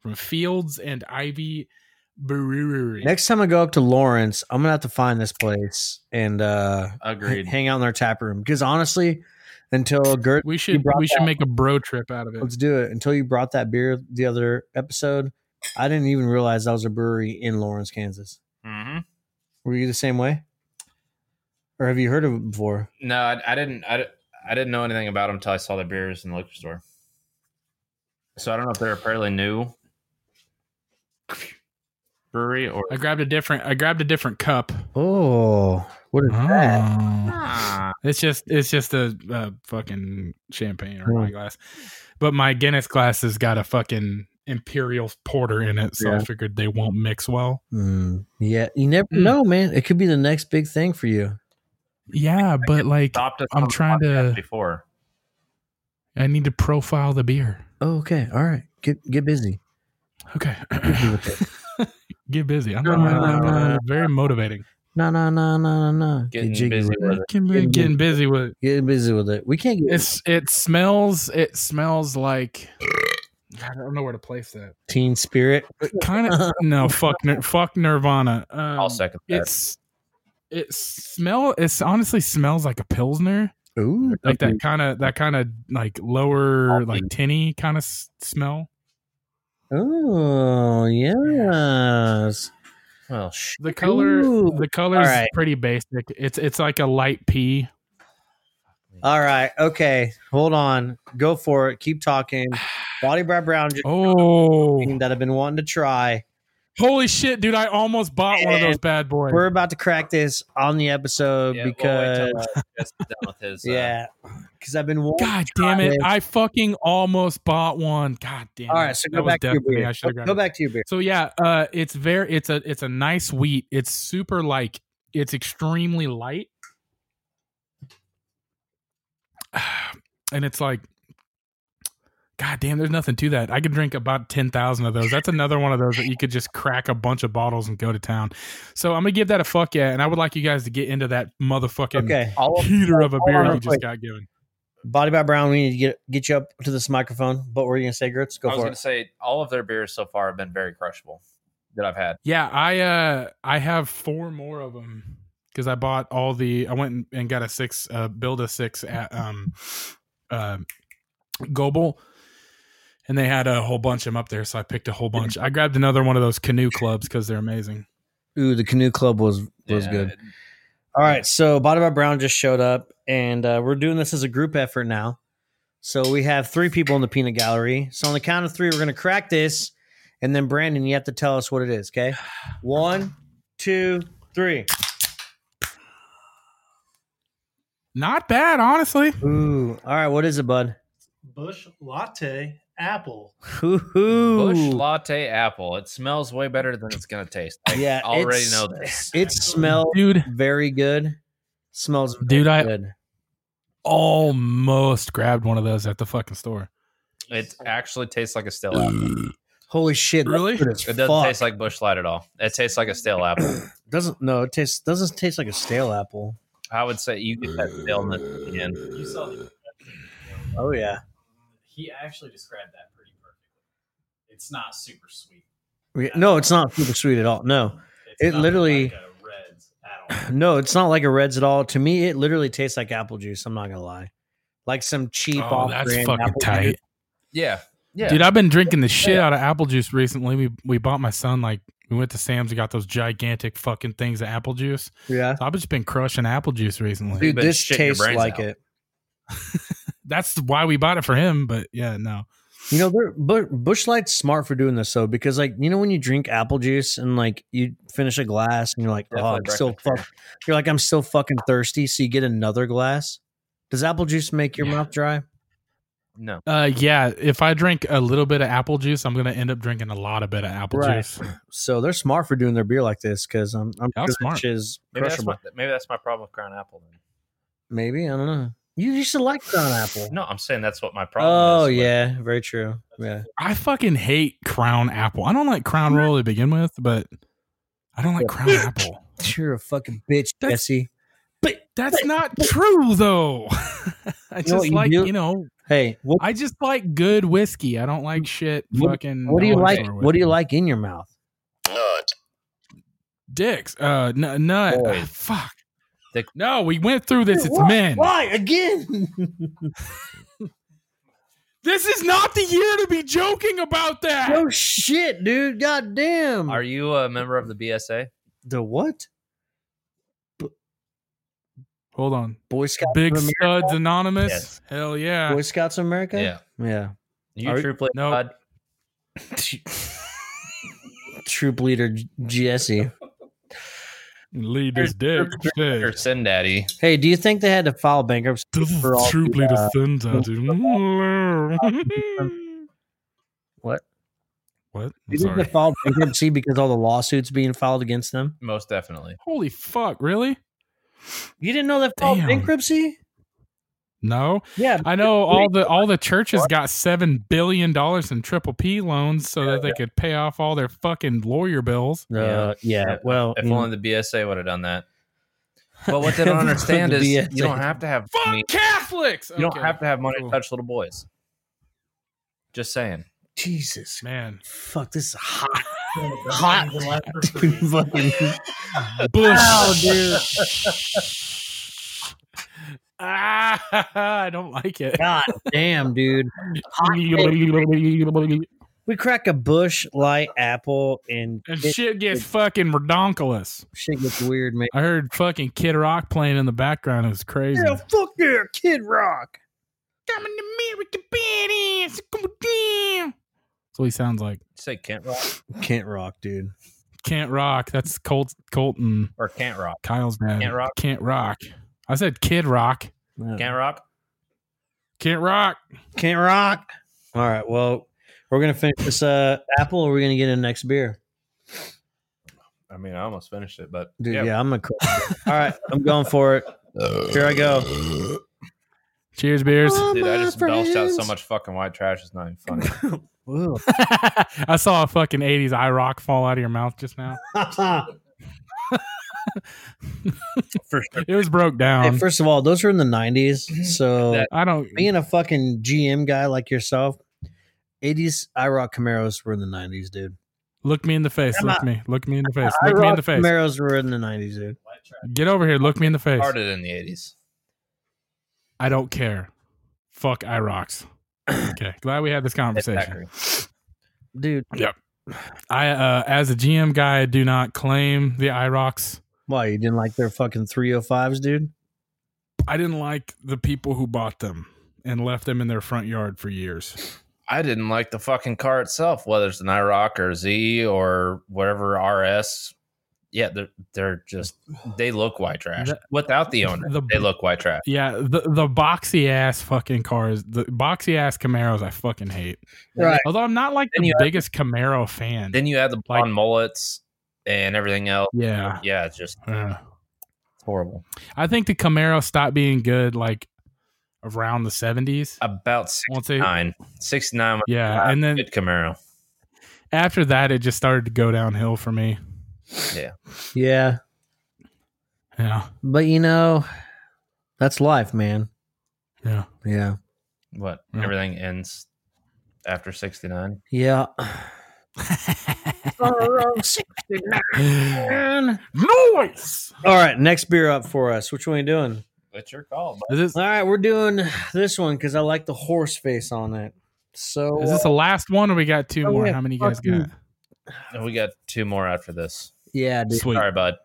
A: from Fields and Ivy Brewery.
B: Next time I go up to Lawrence, I'm gonna have to find this place and uh,
C: Agreed.
B: hang out in their tap room because honestly, until Gert
A: we
B: you
A: should
B: brought
A: we should
B: that-
A: make a bro trip out of it.
B: Let's do it. Until you brought that beer the other episode, I didn't even realize that was a brewery in Lawrence, Kansas.
C: hmm
B: Were you the same way? Or have you heard of it before?
C: No, I, I didn't. I, di- I didn't know anything about them until I saw the beers in the liquor store. So I don't know if they're a fairly new brewery or
A: I grabbed a different I grabbed a different cup.
B: Oh, what is that?
A: Oh.
C: Ah,
A: It's just it's just a, uh fucking champagne or
B: Hmm.
A: wine glass. But my Guinness glass has got a fucking imperial porter in it, so I
B: Yeah.
A: figured they won't mix well.
B: Mm, yeah, you never
A: Mm.
B: know, man. It could be the next big thing for you.
A: Yeah, but like
C: stopped us
A: I'm
C: on the
A: trying to-
C: podcast before.
A: I need to profile the beer.
B: Oh, okay. All right. Get get busy.
A: Okay.
B: Busy with it.
A: Get busy. I'm,
B: No,
A: I'm-
B: no,
A: I'm-
B: no,
A: I'm
B: no.
A: very motivating.
B: No, no, no, no, no, no. Get
C: Getting
B: jiggy
C: busy
B: with it.
C: with it.
A: Can be
B: Getting
A: getting busy with it.
B: Get busy with it. We can't get
A: it's it smells it smells like I don't know where to place that.
B: teen spirit.
A: Kind of no fuck Nir- fuck Nirvana. Um,
C: I'll second that.
A: It's it smell it honestly smells like a pilsner,
B: Ooh,
A: like that kind of that kind of like lower
C: Malty.
A: like tinny kind of s- smell.
B: Oh, yes. Oh,
C: well, sh-
A: The color
B: Ooh.
A: the color's
B: All right.
A: pretty basic. It's it's like a light pea.
B: All right. Okay. Hold on. Go for it. Keep talking. Body Brad Brown just
A: Oh,
B: thing that I've been wanting to try.
A: holy shit, dude! I almost bought one of those
B: And
A: bad boys.
B: We're about to crack this on the episode
C: yeah, we'll wait
B: because
C: till, uh, Jess is done with his, uh,
B: yeah, because I've been wanting.
A: God damn it!
B: it.
A: I fucking almost bought one. God damn.
B: All
A: it.
B: right, so
A: That
B: go
A: was
B: back to your
A: destiny.
B: beer.
A: I should have
B: Go-
A: grabbed
B: Go
A: it.
B: back to your beer.
A: So yeah, uh, it's very it's a it's a nice wheat. It's super like it's extremely light, and it's like, god damn, there's nothing to that. I could drink about ten thousand of those. That's another one of those that you could just crack a bunch of bottles and go to town. So I'm gonna give that a fuck yeah, and I would like you guys to get into that motherfucking
B: Okay,
C: all of-
A: heater of a
B: Hold on
A: beer
B: real
A: you just
B: quick.
A: got given.
B: Body Brad Brown. We need to get get you up to this microphone. But what are you gonna say, Gertz?
C: I
B: Go for
C: was going to
B: it.
C: say all of their beers so far have been very crushable that I've had.
A: Yeah, I uh I have four more of them because I bought all the I went and, and got a six uh build a six at um uh Goble and they had a whole bunch of them up there, so I picked a whole bunch. I grabbed another one of those canoe clubs because they're amazing.
B: Ooh, the canoe club was was
C: Yeah,
B: good. All right, so Body by Brown just showed up, and uh, we're doing this as a group effort now. So we have three people in the peanut gallery. So on the count of three, we're gonna crack this, and then Brandon, you have to tell us what it is. Okay, one, two, three.
A: Not bad, honestly.
B: Ooh, all right, what is it, bud?
D: Bush latte apple.
B: Ooh,
C: Bush latte apple. It smells way better than it's gonna taste. I
B: Yeah,
C: already
B: it's-
C: know this.
B: it smells
A: Dude,
B: very good. Smells very
A: Dude, I-
B: good.
A: almost grabbed one of those at the fucking store.
C: It actually tastes like a stale apple.
B: Holy shit! that's
A: Really?
B: good as
C: It doesn't
B: fuck.
C: taste like Bush Light at all. It tastes like a stale apple.
B: doesn't no. It tastes doesn't taste like a stale apple.
C: I would say you get that staleness at the end.
D: You saw the
B: Oh yeah.
D: he actually described that pretty perfectly. It's not super sweet.
B: We- No, it's not super sweet at all. No.
D: It's
B: It
D: not
B: literally-
D: like a reds at all.
B: No, it's not like a Reds at all. To me, it literally tastes like apple juice. I'm not gonna lie, like some cheap
A: Oh,
B: off
A: that's
B: brand
A: fucking
B: apple
A: tight.
B: juice.
C: Yeah, yeah.
A: Dude, I've been drinking the shit out of apple juice recently. We we bought my son like we went to Sam's and got those gigantic fucking things of apple juice.
B: Yeah,
A: So I've just been crushing apple juice recently.
B: dude,
C: been
B: this
C: shitting your
B: tastes
C: brains
B: like
C: out.
B: it.
A: That's why we bought it for him, but yeah, no.
B: You know, they're, but Bushlight's smart for doing this though, because like you know when you drink apple juice and like you finish a glass and you're like,
C: Yeah,
B: oh,
C: for
B: I'm still
C: breakfast,
B: fuck. You're like, I'm still fucking thirsty, so you get another glass. Does apple juice make your
A: Yeah.
B: mouth dry?
C: no,
A: Uh yeah, if I drink a little bit of apple juice, I'm going to end up drinking a lot of bit of apple
B: Right.
A: juice.
B: So they're smart for doing their beer like this because I'm, I'm
A: How
B: 'cause that
A: smart.
B: shit Is
C: maybe that's
B: crushable.
C: my maybe that's my problem with Crown Apple. Then.
B: Maybe I don't know. You used to like brown apple.
C: No, I'm saying that's what my problem.
B: Oh
C: is with-
B: yeah, very true. Yeah.
A: I fucking hate crown apple. I don't like crown roll to begin with, but I don't like crown apple.
B: You're a fucking bitch,
A: That's-
B: Jesse.
A: But that's not true though. I
B: know what
A: just
B: you
A: like,
B: do?
A: you know,
B: Hey, what,
A: I just like good whiskey. I don't like shit.
B: What-
A: fucking.
B: what do you
A: dollar
B: like?
A: store
B: What do you
A: whiskey.
B: like in your mouth?
A: Dicks. Uh, n- nut.
C: Boys.
B: Oh.
A: Ah, fuck.
C: Dick-
A: No, we went through this. It's
B: Why-
A: men.
B: Why again?
A: This is not the year to be joking about that.
B: oh shit, dude! God damn.
C: Are you a member of the BSA?
B: the what?
A: Hold on.
B: Boy Scouts
A: Big
B: of America?
A: Studs Anonymous.
C: Yes.
A: Hell yeah.
B: Boy Scouts of America.
C: Yeah.
B: yeah.
C: You
B: Are-
C: true play
A: No.
C: God?
B: Troop leader J- Jesse.
A: Lead this dick.
C: or
A: Shit.
C: Sin Daddy?
B: Hey, do you think they had to file bankruptcy
A: This is
B: for all?
A: troop
B: the,
A: leader
B: uh,
A: sends out to-
B: What?
A: What?
B: do
A: I'm
B: you think they
A: sorry.
B: filed bankruptcy because all the lawsuits being filed against them?
C: Most definitely.
A: Holy fuck! Really?
B: You didn't know they filed
A: Damn.
B: bankruptcy?
A: No.
B: Yeah,
A: I know all the all the churches got seven billion dollars in triple P loans so that they could pay off all their fucking lawyer bills.
B: Uh, yeah.
C: Yeah.
B: Well,
C: If
B: mm.
C: only the BSA would have done that. But what they don't
B: If only
C: understand
B: the
C: is you
B: BSA
C: don't have to have
A: Fuck
C: money.
A: Catholics!
C: You don't have to have money
A: cool.
C: to touch little boys. Just saying.
B: Jesus,
A: man.
B: fuck, this is hot, hot, dude, fucking
A: Bush.
B: wow, dude.
A: Ah, I don't like it.
B: God damn, dude.
A: and
B: We crack a bush light apple and it,
A: shit gets fucking redonkulous.
B: shit gets weird, man.
A: I heard fucking Kid Rock playing in the background. It was crazy.
B: Yeah, fuck yeah, Kid Rock.
A: I'm an American badass. Come on, damn. That's what he sounds like.
C: Say Kent Rock
B: Kent Rock, dude.
A: Can't rock. That's Colt, Colton,
C: or Can't Rock.
A: Kyle's dad.
C: Can't rock?
A: Can't rock. I said Kid Rock.
B: Yeah.
C: Can't Rock?
A: Can't rock.
B: Kent Rock. All right, well, we're gonna finish this uh, apple. Or we're gonna get in the next beer,
C: I mean, I almost finished it, but
B: dude. Yeah, I'm gonna. Cook. All right, I'm going for it. Here I go.
A: Cheers, beers.
C: Dude, I just belched out so much fucking white trash. It's not even funny.
B: Ooh.
A: I saw a fucking 80s I rock fall out of your mouth just now.
C: For sure.
A: It was broke
B: Hey,
A: down.
B: first of all, those were in the '90s, so
C: That-
A: I don't.
B: being a fucking GM guy like yourself, 80s IROC Camaros were in the 90s, dude.
A: Look me in the face.
B: I'm
A: Look
B: not-
A: me. Look me in the face. Look me in the face.
B: Camaros were in the 90s, dude.
A: Get over here. Look me in the face.
C: Started in the 80s.
A: I don't care. Fuck I rocks. Okay, glad we had this conversation.
B: dude.
A: I, uh, as a GM guy, do not claim the IROCs.
B: Why you didn't like their fucking 305s, dude?
A: I didn't like the people who bought them and left them in their front yard for years.
C: I didn't like the fucking car itself, whether it's an IROC or Z or whatever RS. Yeah, they're they're just they look white trash
A: The-
C: without the owner.
A: the-
C: they look white trash.
A: Yeah, the the boxy ass fucking cars, the boxy ass Camaros, I fucking hate.
B: Right.
A: Although I'm not like
C: Then
A: the
C: you have-
A: biggest Camaro fan.
C: Then you add the
A: Like-
C: blonde mullets and everything else.
A: yeah.
C: Yeah, it's just
A: Uh,
C: horrible.
A: I think the Camaro stopped being good like around the 70s.
C: About
A: Once they,
C: 69. 69 was
A: yeah, and
C: a
A: then
C: good Camaro.
A: after that, it just started to go downhill for me.
B: Yeah.
A: Yeah,
B: But you know, that's life, man.
A: yeah.
B: Yeah.
C: What?
A: Yeah.
C: Everything ends after 69.
B: Yeah.
A: Noise.
B: All right, next beer up for us. Which one are you doing?
C: It's your call.
A: Is this
B: All right, we're doing this one because I like the horse face on it. So
A: is this the last one, or we got two
B: Oh,
A: more?
B: yeah,
A: How many you guys
B: fucking-
A: got?
C: But we got two more after this.
B: yeah, dude.
A: Sweet.
C: Sorry, bud.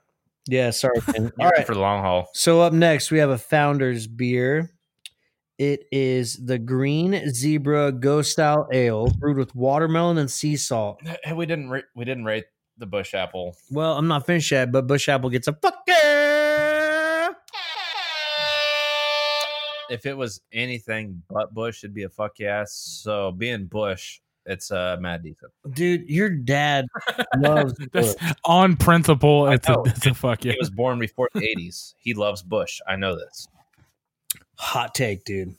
B: yeah. Sorry. man.
C: You're
B: All
C: in
B: right.
C: for the long haul.
B: So up next, we have a founder's beer. It is the Green Zebra Ghost Style Ale, brewed with watermelon and sea salt.
C: Hey, we didn't ra- we didn't rate the bush apple.
B: Well, I'm not finished yet, but Bush Apple gets a fucker.
C: If it was anything but bush, it'd be a fuck yes. So being bush, it's uh mad decent.
B: Dude, your dad loves
A: That's
B: Busch.
A: on principle.
C: I
A: It's a,
C: know.
A: it's a fuck yeah.
C: He was born before the eighties. He loves bush. I know this.
B: hot take, dude.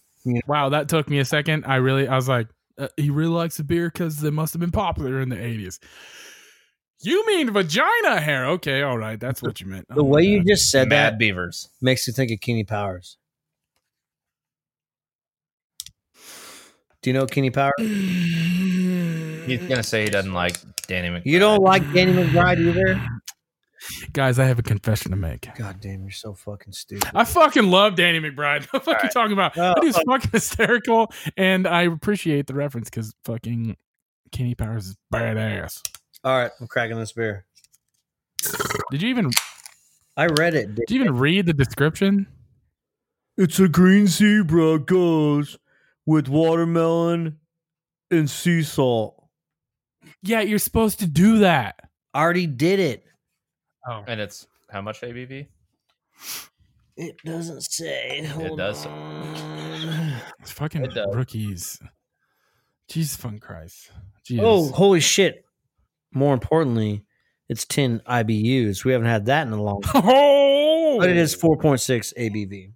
A: Wow, that took me a second. I really, I was like, uh, he really likes the beer because it must have been popular in the eighties. You mean vagina hair? Okay, all right, that's what you meant.
B: The
A: Oh,
B: way
A: my
B: you
A: God.
B: just said
C: mad
B: that
C: beavers.
B: makes you think of Kenny Powers. Do you know Kenny Powers?
C: He's gonna say he doesn't like Danny McBride.
B: You don't like Danny McBride either?
A: guys, I have a confession to make.
B: God damn, you're so fucking stupid.
A: I fucking love Danny McBride. What the fuck
C: All
A: you
C: right.
A: talking about?
B: Oh,
A: that dude's
B: fuck.
A: fucking hysterical, and I appreciate the reference because fucking Kenny Powers is badass.
B: oh. All right, I'm cracking this beer.
A: Did you even
B: I read it. dude.
A: did you even read the description?
B: It's a green zebra goes with watermelon and sea salt.
A: Yeah, you're supposed to do that.
B: I already did it.
A: Oh,
C: And it's how much ABV?
B: It doesn't say. Hold
C: does.
B: on.
A: It's fucking
C: It does.
A: rookies. Jesus fucking Christ. Jesus.
B: Oh, holy shit. More importantly, it's 10 IBUs. We haven't had that in a long time.
A: Oh!
B: But it is 4.6 ABV.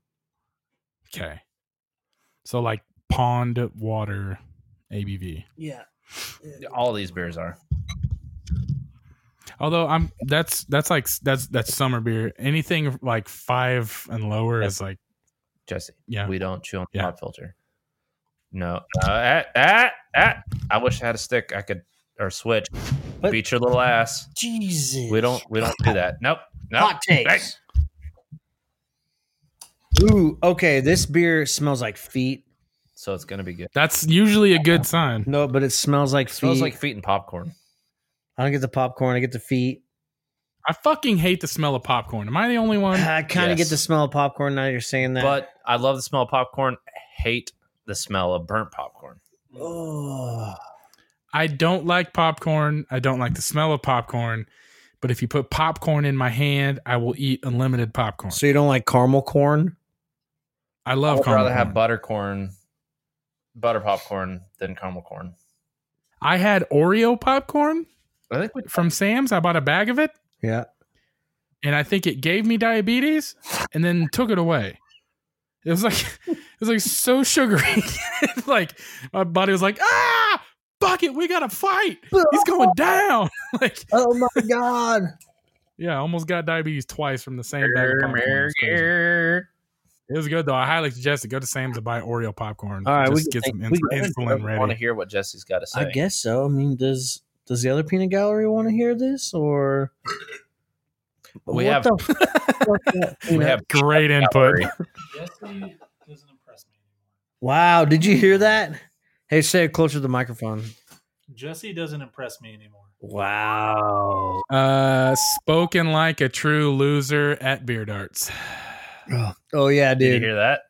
A: Okay. So, like, pond water ABV.
B: Yeah.
C: All these beers are.
A: Although I'm that's that's like that's that's summer beer. Anything like five and lower is like
C: Jesse.
A: yeah.
C: We don't chew on
A: Yeah.
C: pop filter. No. Uh, ah, ah, ah. I wish I had a stick I could or switch.
B: But-
C: Beat your little ass.
B: Jesus.
C: We don't we don't do that. Nope. Nope.
B: Hot takes. Ooh, okay. This beer smells like feet.
C: So it's gonna be good.
A: that's usually a good sign.
B: No, but it smells like feet.
C: smells like feet and popcorn.
B: I don't get the popcorn. I get the feet.
A: I fucking hate the smell of popcorn. Am I the only one?
B: I kind of
C: Yes.
B: get the smell of popcorn now you're saying that.
C: But I love the smell of popcorn. Hate the smell of burnt popcorn.
B: oh.
A: I don't like popcorn. I don't like the smell of popcorn. But if you put popcorn in my hand, I will eat unlimited popcorn.
B: So you don't like caramel corn?
A: I
C: I
A: love
C: would
A: caramel
C: rather have
A: corn.
C: butter corn, butter popcorn than caramel corn.
A: I had Oreo popcorn
C: I think we
A: from Sam's. I bought a bag of it,
B: Yeah.
A: and I think it gave me diabetes, and then took it away. It was like it was like so sugary. like my body was like, ah, fuck it, we gotta fight. He's going down. like
B: Oh my god.
A: yeah, I almost got diabetes twice from the same bag of popcorn. It was, crazy.
C: All
A: It was good though. I highly suggest it. Go to Sam's and buy Oreo popcorn.
B: All right, we
A: Just
B: can
A: get
B: think-
A: some
B: we
A: ins-
B: can-
A: insulin
C: Want to
A: ready.
C: hear what Jesse's got to say?
B: I guess so. I mean, does does the other peanut gallery want to hear this or
C: We
B: What
C: have-
B: the fuck?
C: we have
A: Great input.
D: Jesse doesn't impress me
B: Wow, did you hear that? Hey, stay closer to the microphone.
E: Jesse doesn't impress me anymore.
B: Wow.
A: Uh, spoken like a true loser at Beard Arts.
B: Oh yeah,
C: Did you
B: dude.
C: hear that?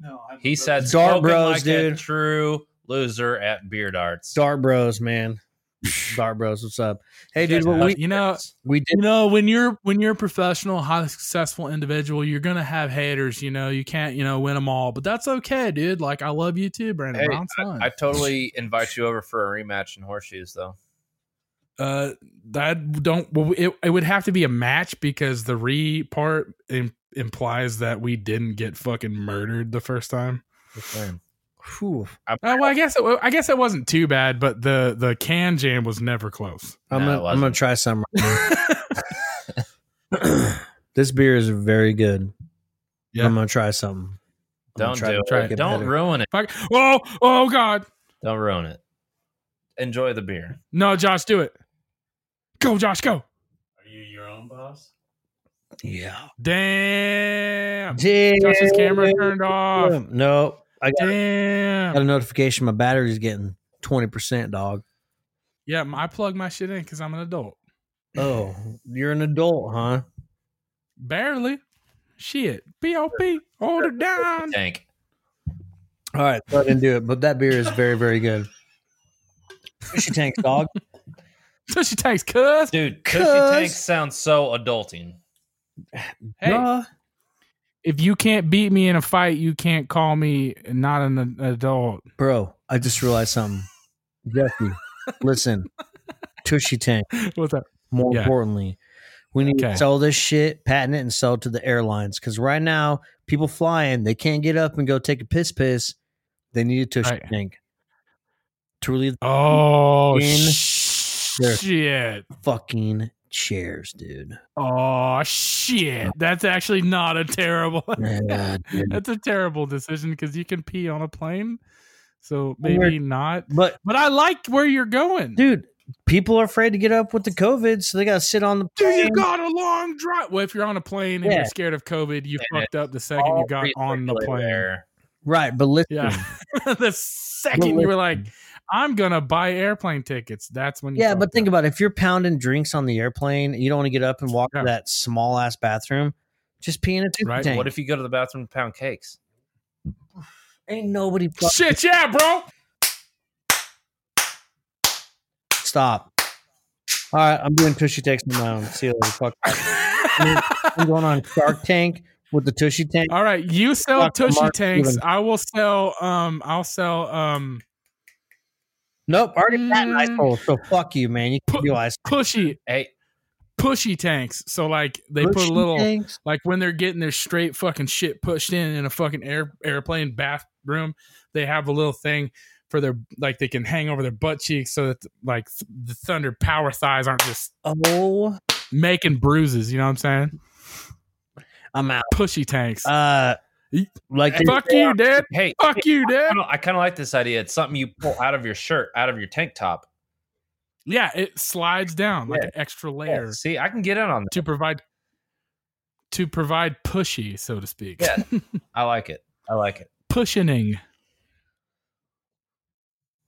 E: No, I
C: He said,
B: Dark
C: "Spoken
B: bros,
C: like a
B: dude.
C: true loser at Beard Arts."
B: Dart Bros, man. Dart Bros, what's up? Hey, dude. What we
A: Uh, You know,
B: we did
A: you know when you're when you're a professional highly successful individual you're gonna have haters you know you can't you know win them all but that's okay dude like i love you too brandon
C: Hey,
A: brown's fun
C: I totally invite you over for a rematch in horseshoes, though.
A: uh that don't well, it, it would have to be a match because the re part im- implies that we didn't get fucking murdered the first time
B: Whew.
A: uh, well i guess it, wa- i guess it wasn't too bad but the the can jam was never close
B: I'm
C: No, it
B: gonna I'm gonna
C: wasn't.
B: try some. this beer is very good.
A: Yeah.
B: I'm gonna try something. I'm gonna
C: Don't do
B: try
C: it.
B: get
C: Don't
B: better.
C: ruin it.
A: Fuck. oh oh god
C: Don't ruin it. Enjoy the beer.
A: no josh do it go josh go
D: Are you your own boss?
B: Yeah.
A: damn
B: Damn.
A: Josh's camera turned off.
B: No, I got, got
A: Damn.
B: a notification. My battery's getting twenty percent, dog.
A: Yeah, I plug my shit in because I'm an adult.
B: Oh, you're an adult, huh?
A: Barely. Shit. P.O.P. Order down.
C: Tank.
B: All right, go ahead and do it. But that beer is very, very good. Fishy tank, dog.
A: So she takes cuss.
C: Dude, Tushy
B: Cuz-
C: Tank sounds so adulting.
A: Hey,
B: Duh.
A: if you can't beat me in a fight, you can't call me not an ad- adult.
B: bro, I just realized something. Jeffy, listen, Tushy Tank.
A: What's up?
B: More
A: Yeah.
B: importantly, we need
A: Okay.
B: to sell this shit, patent it, and sell it to the airlines. Because right now, people flying, they can't get up and go take a piss piss. They need a Tushy
A: Right.
B: Tank to relieve
A: Oh,
B: In there.
A: shit.
B: the fucking chairs, dude.
A: Oh, shit. That's actually not a terrible.
B: Yeah, dude.
A: That's a terrible decision because you can pee on a plane. So maybe not.
B: But
A: But I liked where you're going.
B: dude, people are afraid to get up with the COVID, so they gotta sit on the.
A: Dude, you
B: plane.
A: got a long drive. Well, if you're on a plane and
B: Yeah.
A: you're scared of COVID, you
C: And
A: fucked up the second you got on the plane.
C: There.
B: right, but listen,
A: Yeah.
B: Hmm.
A: the second you were like, I'm going to buy airplane tickets. That's when you
B: Yeah, but
A: fucked
B: think
A: up.
B: about it. if you're pounding drinks on the airplane, you don't want to get up and walk
A: Yeah.
B: to that small ass bathroom. Just pee in a toothpick
A: Right,
B: tank.
C: What if you go to the bathroom and pound cakes?
B: Ain't nobody fu-
A: Shit, yeah, bro.
B: stop. All right, I'm doing tushy takes on my own. See you later. Fuck. I'm going on Shark Tank with the tushy tank.
A: All right, you sell
B: Fuck,
A: tushy
B: Mark
A: tanks.
B: Cuban.
A: I will sell um I'll sell um
B: Nope, already got an ice
A: Mm.
B: hole. So fuck you, man. You can
A: Put-
B: do ice.
A: pushy
C: Hey,
A: pushy tanks. So like they put
B: Tushy
A: a little
B: tanks?
A: like when they're getting their straight fucking shit pushed in in a fucking air airplane bathroom they have a little thing for their like they can hang over their butt cheeks so that like th- the thunder power thighs aren't just
B: Oh,
A: making bruises you know what i'm saying
B: I'm out.
A: pushy tanks
B: Uh, like
A: fuck you dad
C: hey,
A: fuck you
C: I,
A: dad
C: don't- I kind of like this idea. It's something you pull out of your shirt, out of your tank top.
A: yeah it slides down like an extra layer
C: Yeah, see, I can get in on
A: to provide to provide pushy so to speak
C: Yeah. that. I like it. I like it.
A: pushioning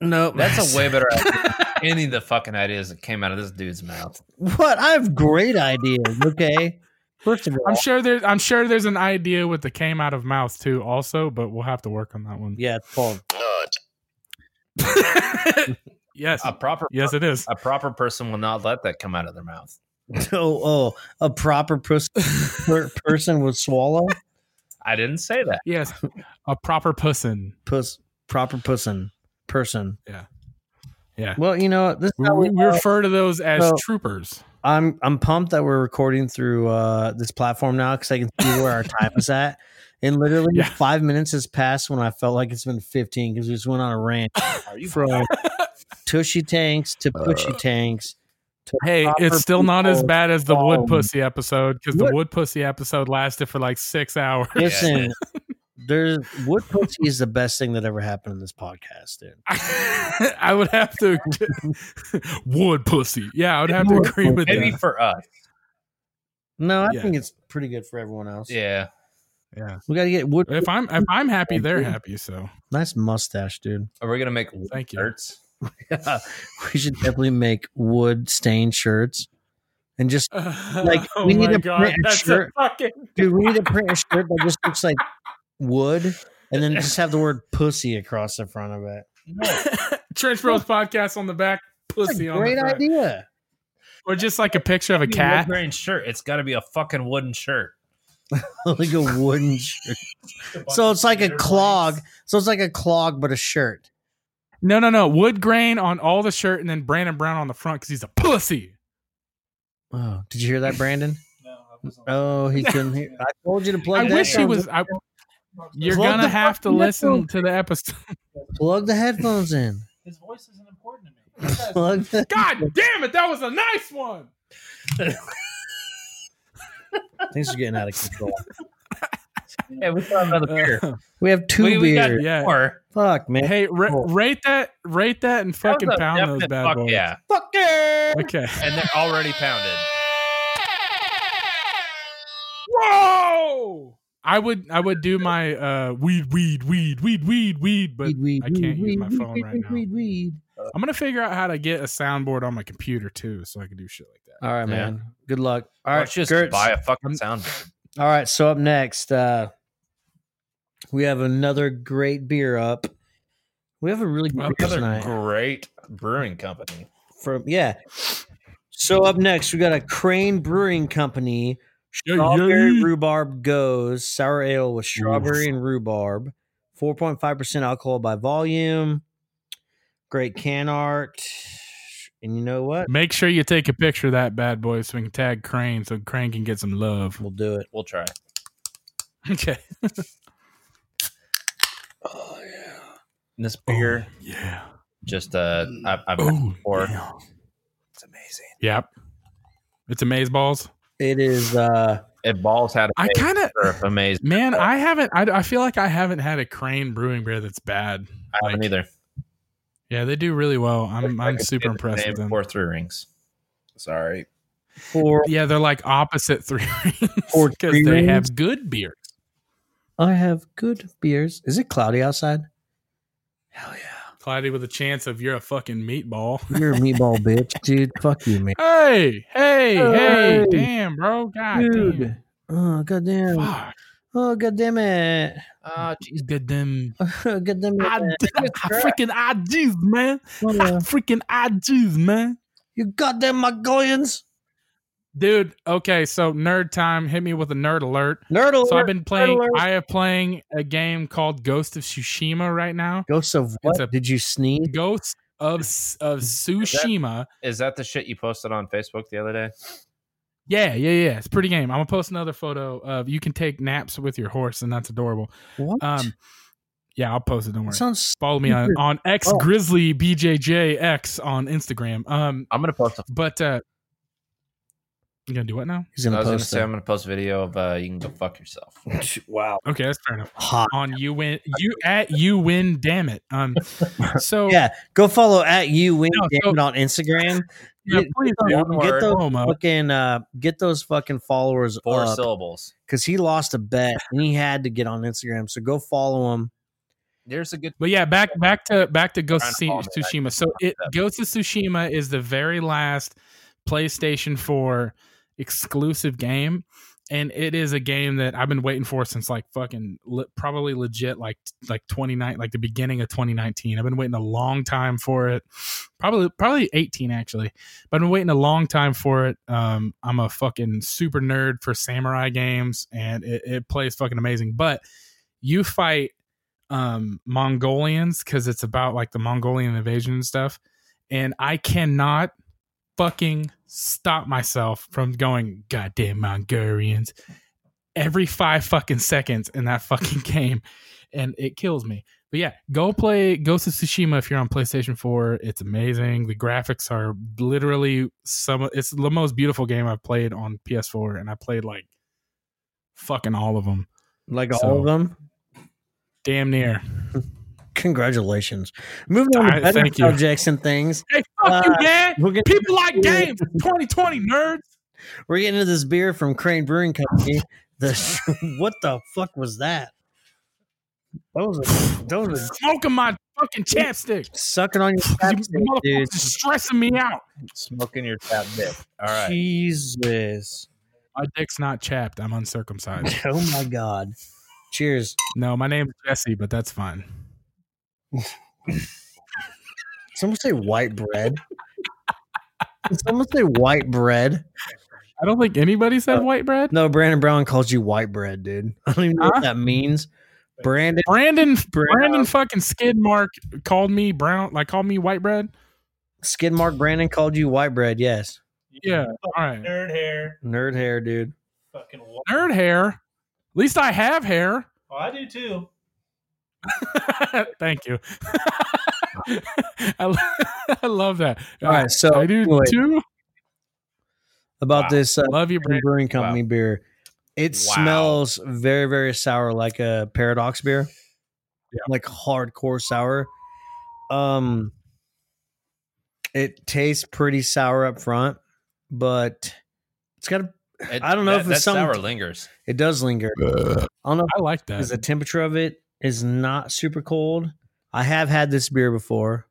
B: nope.
C: That's a way better idea than any of the fucking ideas that came out of this dude's mouth.
B: what I have great ideas. Okay, first of all,
A: i'm sure there's i'm sure there's an idea with the came out of mouth too also but we'll have to work on that one
B: yeah, it's called
A: yes.
C: A proper
A: yes, it is.
C: a proper person will not let that come out of their mouth.
B: Oh, oh, a proper pers- per- person would swallow
C: I didn't say that.
A: Yes. A proper pussin.
B: puss. Proper pussin person.
A: Yeah. Yeah.
B: Well, you know this. is
A: We,
B: how
A: we,
B: we
A: we
B: are.
A: refer to those as
B: uh, So-
A: troopers.
B: I'm I'm pumped that we're recording through uh, this platform now because I can see where our time is at. And literally
A: Yeah.
B: five minutes has passed when I felt like it's been 15 because we just went on a rant.
C: Are you
B: From tushy tanks to pushy tanks.
A: Hey,
B: Proper
A: it's still not as
B: people.
A: bad as the
B: Um,
A: wood pussy episode because the
B: what-
A: wood pussy episode lasted for like six hours.
B: Listen, there's wood pussy is the best thing that ever happened in this podcast, dude.
A: I, would have to wood pussy. Yeah, I would have to
B: Wood
A: agree with
C: Maybe
A: that.
C: for us.
B: No, I
A: Yeah.
B: think it's pretty good for everyone else.
C: Yeah.
A: Yeah.
B: We got to get wood.
A: If I'm if I'm happy, they're happy. So
B: Nice mustache, dude.
C: Are we gonna make
A: Thank you.
C: shirts?
B: we should definitely make wood stained shirts and just Like,
A: oh
B: we need
A: my
B: a
A: God.
B: print
A: That's
B: shirt.
A: a fucking
B: Dude, we need to print a shirt that just looks like wood and then just have the word pussy across the front of it.
A: Trench Bros podcast on the back,
B: That's
A: pussy
B: a
A: on the
B: great
A: front.
B: idea.
A: or just like a picture of a cat.
C: Wood grain shirt. It's got to be a fucking wooden shirt.
B: like a wooden shirt. So it's like a clog. So it's like a clog, but a shirt.
A: No, no, no. Wood grain on all the shirt, and then Brandon Brown on the front because he's a pussy.
B: Oh, did you hear that, Brandon?
E: No, I was on.
B: Oh, he couldn't hear. I told you to plug.
A: I
B: that
A: wish he
B: down.
A: was. I, you're
B: Plug
A: gonna
B: the
A: have to
B: fucking
A: listen
B: headphones.
A: to the episode.
B: plug the headphones in.
E: His voice isn't important to me.
B: plug the-
A: God damn it! That was a nice one.
B: Things are getting out of control.
C: Yeah, we found another beer.
A: Uh,
B: We have two
C: we, we got
B: beers.
A: Yeah.
C: more.
B: Fuck man.
A: hey, ra-
B: Cool.
A: rate that, rate that, and
C: That was
A: fucking
C: a
A: pound those
C: definite
A: bad
C: fuck
A: boys.
C: Yeah,
B: Fuck yeah.
A: Okay.
C: and they're already pounded.
A: Whoa! I would, I would do my uh, weed, weed, weed, weed, weed, weed, but
B: Weed, weed,
A: I can't
B: weed,
A: use my
B: weed,
A: phone
B: weed,
A: right
B: weed,
A: now.
B: Weed, weed.
A: I'm gonna figure out how to get a soundboard on my computer too, so I can do shit like that.
B: All right, man. Good luck. All right,
C: Let's just
B: Gertz.
C: buy a fucking soundboard.
B: All right, so up next, uh we have another great beer up. We have a really good beer
C: Another
B: tonight
C: great brewing company.
B: from yeah. So up next, we got a Crane Brewing Company
A: Yeah,
B: strawberry
A: yeah.
B: rhubarb goes sour ale with strawberry and rhubarb, four point five percent alcohol by volume. Great can art, and you know what?
A: Make sure you take a picture of that bad boy so we can tag Crane so Crane can get some love.
B: We'll do it.
C: We'll try.
A: Okay.
B: Oh yeah.
C: And this
B: Oh,
C: beer,
A: Oh. Yeah.
C: just uh, I, I've had it
A: Oh.
C: before.
A: yeah.
C: It's amazing.
A: Yep. It's amaze balls.
B: It is. uh
C: It balls had
A: I kind of
C: of amazing.
A: man, I haven't. I, I feel like I haven't had a Crane brewing beer that's bad.
C: I haven't
A: Like,
C: either.
A: yeah, they do really well. I'm
C: I
A: I'm
C: could
A: super
C: say the
A: impressed
C: name
A: with them.
C: Four through rings. Sorry.
B: for
A: Yeah, they're like opposite three
B: Or
A: rings because
B: three
A: they
B: rings?
A: have good beer.
B: I have good beers. Is it cloudy outside? Hell yeah.
A: Cloudy with a chance of you're a fucking meatball.
B: You're a meatball bitch, dude. Fuck you, man.
A: Hey, hey, hey,
B: Hey.
A: damn, bro. God
B: Dude. Oh goddamn.
A: damn. Fuck.
B: Oh goddamn it. Ah,
C: Uh, geez.
A: Good damn.
B: Oh, goddamn it.
A: I, I
B: right.
A: freaking I juice, man. I
B: Oh,
A: freaking I juice, man.
B: you goddamn Mongolians.
A: Dude, okay, so nerd time. Hit me with a nerd alert.
B: Nerd alert.
A: So I've been playing
B: alert.
A: I am playing a game called Ghost of Tsushima right now.
B: Ghosts of what?
A: It's a-
B: Did you sneeze?
A: Ghost of S- of Tsushima.
C: Is that the shit you posted on Facebook the other day?
A: Yeah, yeah, yeah. It's a pretty game. I'm gonna post another photo of you can take naps with your horse, and that's adorable.
B: What?
A: Um yeah, I'll post it, don't
B: That
A: worry.
B: sounds
A: follow me on,
B: Dude.
A: on X
B: Oh.
A: Grizzly BJJX on Instagram. Um,
C: I'm gonna post. A,
A: but uh, you gonna do what now?
B: he's
C: I
B: gonna
C: was gonna
B: post
C: say I'm gonna post a video of uh, you can go fuck yourself.
B: it. Wow.
A: Okay, that's fair enough.
B: Hot.
A: On you win, you at you win. Damn it. Um, so
B: Yeah. Go follow at you win
A: No, so-
B: damn it on Instagram.
A: yeah,
B: get-
A: please
B: get
A: do.
B: those- get those
A: Homo.
B: Fucking uh get those fucking followers
C: Four
B: up.
C: syllables.
B: because he lost a bet and he had to get on Instagram. So go follow him.
C: There's a good.
A: But yeah, back back to back to Ghost of
C: Trying to follow
A: Tsushima. So it Ghost of Tsushima is the very last PlayStation 4 exclusive game, and it is a game that I've been waiting for since like fucking le- probably legit like like 29 like the beginning of 2019. I've been waiting a long time for it. Probably probably 18 actually. But I've been waiting a long time for it. Um I'm a fucking super nerd for samurai games and it, it plays fucking amazing. But you fight um Mongolians because it's about like the Mongolian invasion and stuff. And I cannot fucking stop myself from going, goddamn Mongolians, every five fucking seconds in that fucking game. And it kills me. But yeah, go play Ghost of Tsushima if you're on PlayStation 4. It's amazing. The graphics are literally some it's the most beautiful game I've played on PS4, and I played like fucking all of them.
B: Like
A: So-
B: all of them.
A: Damn near.
B: Congratulations. Moving on
A: I-
B: to better
A: thank you.
B: subjects and things.
A: Hey, fuck you,
B: Uh,
A: Dad!
B: We're getting,
A: People like games. 2020 nerds.
B: we're getting into this beer from Crane Brewing Company. The, what the fuck was that? Those are, those are
A: Smoking my fucking chapstick.
B: sucking on your
A: You
B: chapstick, dude.
A: motherfuckers is stressing me out.
C: Smoking your top dick. All right.
B: Jesus.
A: My dick's not chapped. I'm uncircumcised.
B: Oh my God. Cheers.
A: no, my name's Jesse, but that's fine.
B: Someone say white bread. Did someone say white bread?
A: I don't think anybody said white bread.
B: No, Brandon Brown calls you white bread, dude. I don't even know
A: Huh?
B: what that means. Brandon,
A: Brandon
B: Brown.
A: Brandon fucking Skidmark called me brown, like called me white bread.
B: Skidmark Brandon called you white bread. Yes.
A: Yeah. All right.
E: Nerd hair.
B: Nerd hair, dude.
E: Fucking. Well,
A: Nerd hair. At least I have hair.
E: I do too.
A: Thank you. I, lo- I love that.
B: All right. So,
A: I do
B: anyway,
A: too.
B: about
C: Wow.
B: this uh,
A: Love you, Brandon.
B: Brewing Company beer. It
C: Wow.
B: smells very, very sour, like a Paradox beer, like hardcore sour. Um, it tastes pretty sour up front, but it's got a,
C: It-
B: I don't know
C: that-
B: if it's
C: that
B: some-
C: sour lingers.
B: it does linger. I don't know
A: I like
B: because
A: that.
B: the temperature of it is not super cold. I have had this beer before,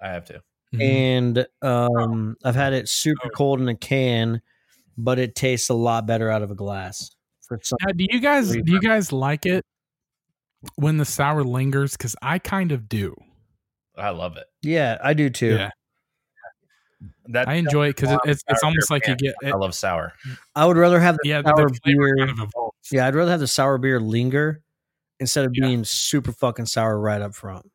C: I have to.
B: Mm-hmm.
A: Mhm.
B: and um, I've had it super cold in a can, but it tastes a lot better out of a glass. For some,
A: Now, do you guys do you guys like it when the sour lingers? Because I kind of do.
C: I love it.
B: yeah, I do too.
A: Yeah.
C: That
A: I enjoy it because it, it's it's almost like you get it,
C: I love sour.
B: I would rather have the
A: yeah
B: sour
A: the flavor
B: beer.
A: kind of evolves.
B: yeah, I'd rather have the sour beer linger instead of
A: Yeah.
B: being super fucking sour right up front.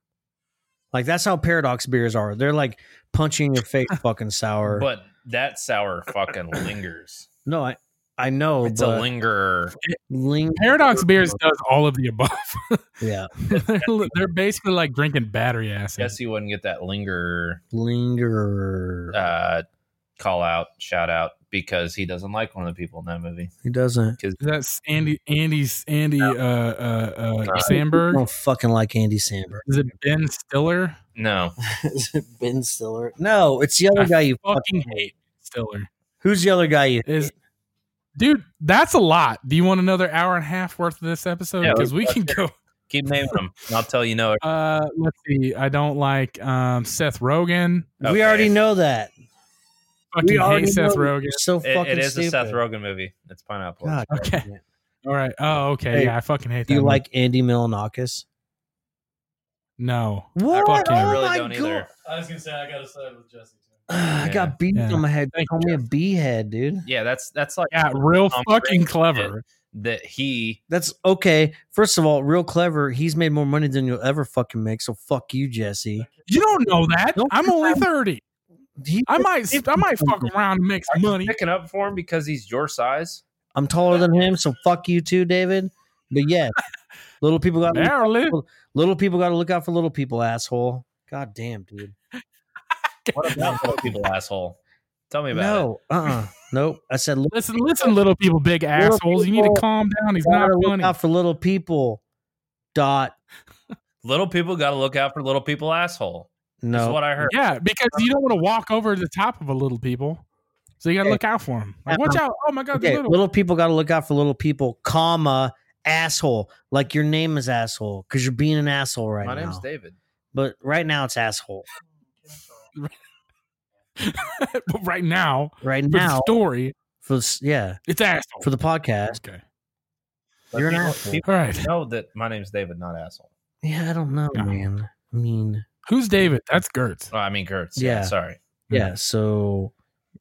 B: Like that's how paradox beers are. They're like punching your face, fucking sour.
C: But that sour fucking lingers.
B: no, I I
A: Oh,
B: know,
C: It's a
B: but
C: linger.
B: ling-
C: Oh,
A: Paradox Beers does all of the above.
B: yeah,
A: they're, they're basically like drinking battery acid.
C: Guess you wouldn't get that linger
B: linger.
C: uh, call out, shout out, because he doesn't like one of the people in that movie.
B: He doesn't.
A: That's Andy Andy's Andy uh, uh, uh,
B: I
A: Sandberg.
B: don't fucking like Andy Samberg.
A: Is it Ben Stiller?
C: No.
B: Is it ben Stiller? No, it's the other
A: I
B: guy you
A: Fucking hate Stiller.
B: Who's the other guy you
A: Is dude, that's a lot. Do you want another hour and a half worth of this episode?
C: Yeah,
A: Because we
C: let's
A: can
C: hear
A: go.
C: Keep naming them. and I'll tell you no.
A: Uh, let's see. I don't like um, Seth Rogen.
B: We
C: Okay.
B: already know that.
A: Fucking hate Seth
B: know
A: Rogen.
B: you're So
C: It-
B: fucking
C: it is
B: stupid.
C: a Seth Rogen movie. It's Pineapple.
B: God,
A: Okay.
B: damn it.
A: All right. Oh, okay.
B: Hey,
A: yeah, I fucking hate that.
B: Do you
A: one.
B: like Andy Milanakis?
A: No.
B: What?
A: fucking-
B: oh
A: I
C: really
B: my
C: don't
B: god!
C: either.
E: I was gonna say I gotta side with Jesse too.
B: Ah, I got beaten
A: Yeah.
B: on my head.
A: Thank
B: Call me a B head, dude.
C: Yeah, that's that's like
A: Yeah, real
C: Um,
A: fucking
C: Brandon
A: clever.
C: that he
B: That's okay. First of all, real clever. He's made more money than you'll ever fucking make. So fuck you, Jesse.
A: You don't know that.
B: Don't
A: I'm
B: you
A: only
B: know?
A: thirty.
B: He,
A: I might I might fuck around and make some money.
C: picking up for him because he's your size.
B: I'm taller than him, so fuck you too, David. But yeah, little people got
A: Barely.
B: little people got to look out for little people, asshole. God damn, dude.
C: What about little people, asshole? Tell me about
B: No, uh, uh nope. I said look,
A: Listen, listen, little people, big assholes. You need
B: people
A: to calm down. He's not
B: gotta look
A: funny.
B: out for little people. Dot.
C: it. Little people got to look out for little people, asshole. That's
B: No,
C: what I heard.
A: Yeah, because you don't want to walk over the top of a little people. So you got to
B: Okay.
A: look out for him. Like, watch out. Oh my God,
B: okay.
A: they're
B: Little.
A: little.
B: people got to look out for little people, comma asshole. Like your name is asshole because you're being an asshole right
C: My
B: now.
C: name's David.
B: But right now it's asshole.
A: But right now,
B: Right
A: for the
B: now,
A: story,
B: for s- yeah,
A: it's asshole.
B: for the podcast,
A: okay.
C: But
B: You're an
C: people-
B: asshole.
C: People
A: All right.
C: know that my name's David, not asshole.
B: yeah. I don't know,
A: Yeah.
B: man. I mean,
A: Who's David? That's Gertz.
C: Oh, I mean Kurtz.
B: Yeah.
C: yeah sorry.
B: yeah. So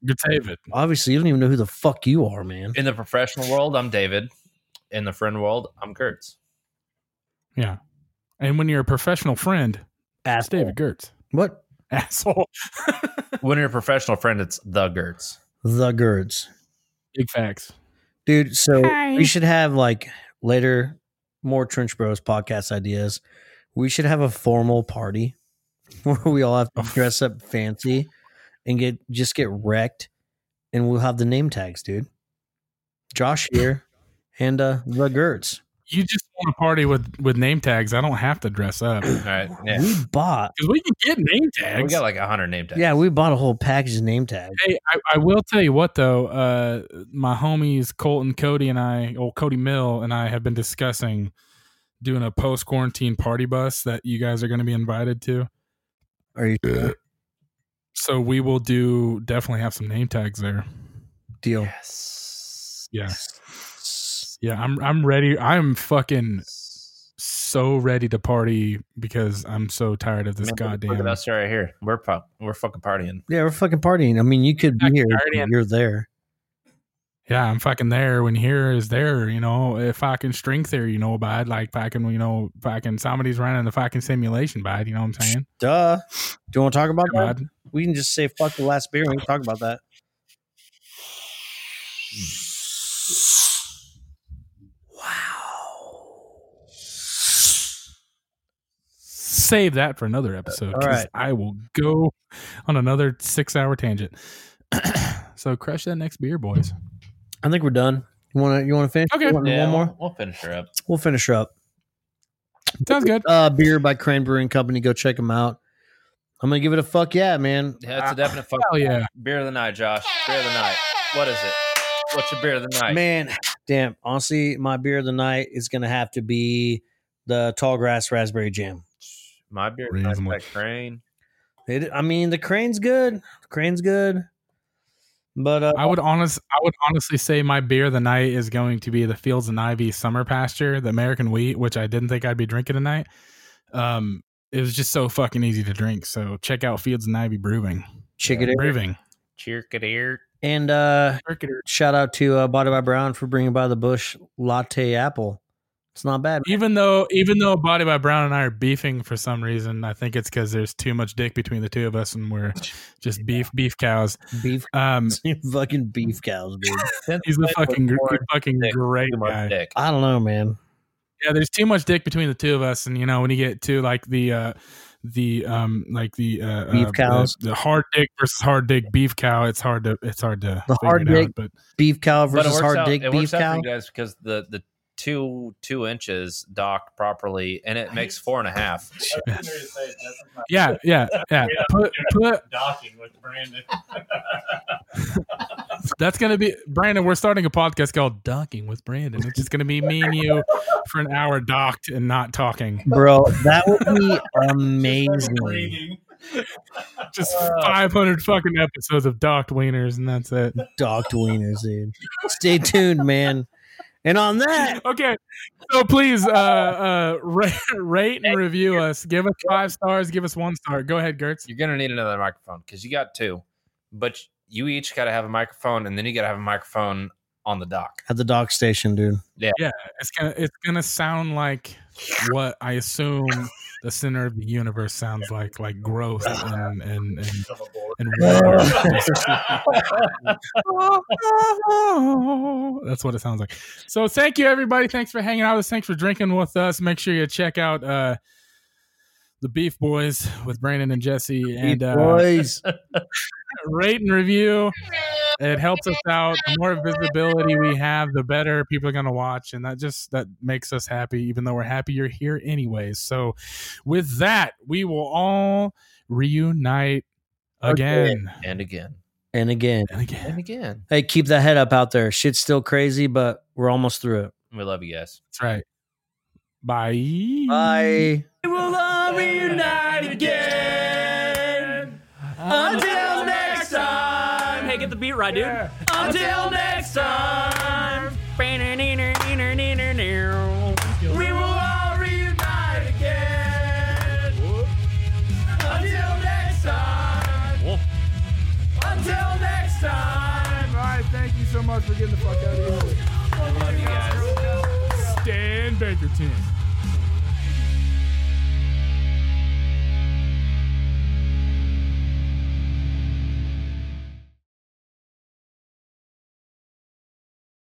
A: Gertz David.
B: obviously, you don't even know who the fuck you are, man.
C: In the professional world, I'm David. In the friend world, I'm Kurtz.
A: Yeah. And when you're a professional friend, it's
B: Asshole.
A: David Gertz.
B: What
A: Asshole.
C: When you're a professional friend, it's the Gertz.
B: the girds.
A: Big facts.
B: dude so
A: Hi.
B: we should have like later more trench bros podcast ideas we should have a formal party where we all have to dress up fancy and get just get wrecked and we'll have the name tags dude josh here and uh the gertz
A: you just want to party with with name tags. I don't have to dress up
C: All right. Yeah.
B: We bought.
A: because we can get name
C: We
A: tags.
C: got like 100 name tags.
B: Yeah, we bought a whole package of name tags.
A: Hey, I, I will tell you what though. Uh, my homies Colton, Cody, and I, old Cody Mill and I, have been discussing doing a post quarantine party bus that you guys are going to be invited to.
B: Are you
A: So we will do definitely have some name tags there.
B: deal?
C: Yes.
A: Yeah, yeah. I'm I'm ready. I'm fucking so ready to party because I'm so tired of this
C: Look at- Look at
A: goddamn.
C: us right here. We're pop, we're fucking partying.
B: Yeah, we're fucking partying. I mean, you could be
A: Fucking
B: here.
A: partying.
B: You're there.
A: Yeah, I'm fucking there when here is there. You know, if I can string there, you know, bad. Like fucking, you know, fucking somebody's running the fucking simulation, bad. You know what I'm saying?
B: Duh. Do you want to talk about that?
A: Bud.
B: We can just say fuck the last beer and we can talk about that.
A: Save that for another episode.
B: All
A: 'cause
B: right.
A: I will go on another six hour tangent. so crush that next beer, boys.
B: I think we're done. You want to you want to finish?
A: Okay.
B: You want
C: Yeah,
B: one more.
C: We'll, we'll finish her up.
B: We'll finish her up.
A: Sounds good.
B: Uh, beer by Crane Brewing Company. Go check them out. I'm gonna give it a fuck yeah, man.
C: Yeah, it's a definite fuck.
A: Hell yeah.
C: Beer of the night, Josh. Beer of the night. What is it? What's your beer of the night?
B: Man, damn. Honestly, my beer of the night is gonna have to be the tall grass raspberry jam.
C: My beer of the night is
A: Reasonable.
C: that crane.
B: It, I mean, the crane's good. The crane's good. But uh,
A: I would honest I would honestly say my beer of the night is going to be the Fields and Ivy Summer Pasture, the American Wheat, which I didn't think I'd be drinking tonight. Um, it was just so fucking easy to drink. So check out Fields and Ivy Brewing.
B: chicken it.
A: Brewing.
C: Cheer ear.
B: and uh,
A: Cricketer.
B: shout out to uh, Body by Brown for bringing by the Bush Latte Apple. It's not bad.
A: Even though even though Body by Brown and I are beefing for some reason, I think it's because there's too much dick between the two of us and we're just beef beef cows.
B: Beef,
A: Um
B: fucking beef cows, dude.
A: he's a fucking gr-
C: More
A: fucking
C: dick,
A: great
C: Too much
A: guy.
C: dick.
B: I don't know, man.
A: yeah there's too much dick between the two of us and you know when you get to like the uh the um like the uh
B: Beef
A: uh,
B: cows.
A: the, the hard dick versus hard dick beef cow it's hard to it's hard to
B: The
A: figure
B: hard
A: it
B: dick
A: out, but
B: Beef cow
C: But it
B: versus
C: works
B: hard
C: out,
B: dick
C: it
B: beef
C: works out
B: cow.
C: for you guys because the the two two inches dock properly and it makes four and a
E: I
C: half.
E: was getting ready to say, Justin's not
A: yeah yeah yeah
E: Yeah.
A: put put
E: docking with Brandon.
A: that's gonna be brandon we're starting a podcast called docking with brandon it's just gonna be me and you for an hour docked and not talking
B: Bro, that would be amazing.
E: Breathing.
A: just 500 fucking episodes of docked wieners and that's it
B: Docked wieners, dude. Stay tuned, man. And on that,
A: okay so please uh uh rate, rate and review us give us five stars give us one star go ahead gertz
C: You're gonna need another microphone because you got two, but you each got to have a microphone, and then you got to have a microphone on the dock.
B: at the dock station, dude.
A: it's gonna it's gonna sound like what i assume the center of the universe sounds like like growth and and and,
E: Come aboard.
A: and water. that's what it sounds like so thank you everybody thanks for hanging out with us thanks for drinking with us make sure you check out uh the beef boys with brandon and jesse and uh
B: Boys,
A: rate and review. It helps us out. The more visibility we have, the better people are going to watch, and that just that makes us happy. Even though we're happy you're here anyways. So, with that, we will all reunite again
C: And again,
B: and again.
A: and again.
C: and again.
B: Hey, keep that head up out there. Shit's still crazy, but we're almost through it.
C: We love you guys.
A: That's right. Bye.
B: Bye.
F: Until next time. Hey, get the beat right, dude. Until next time. We will all reunite again. Until next time. Until next time. All right, thank you so much for getting the fuck out of here.
A: Dan Bakerton.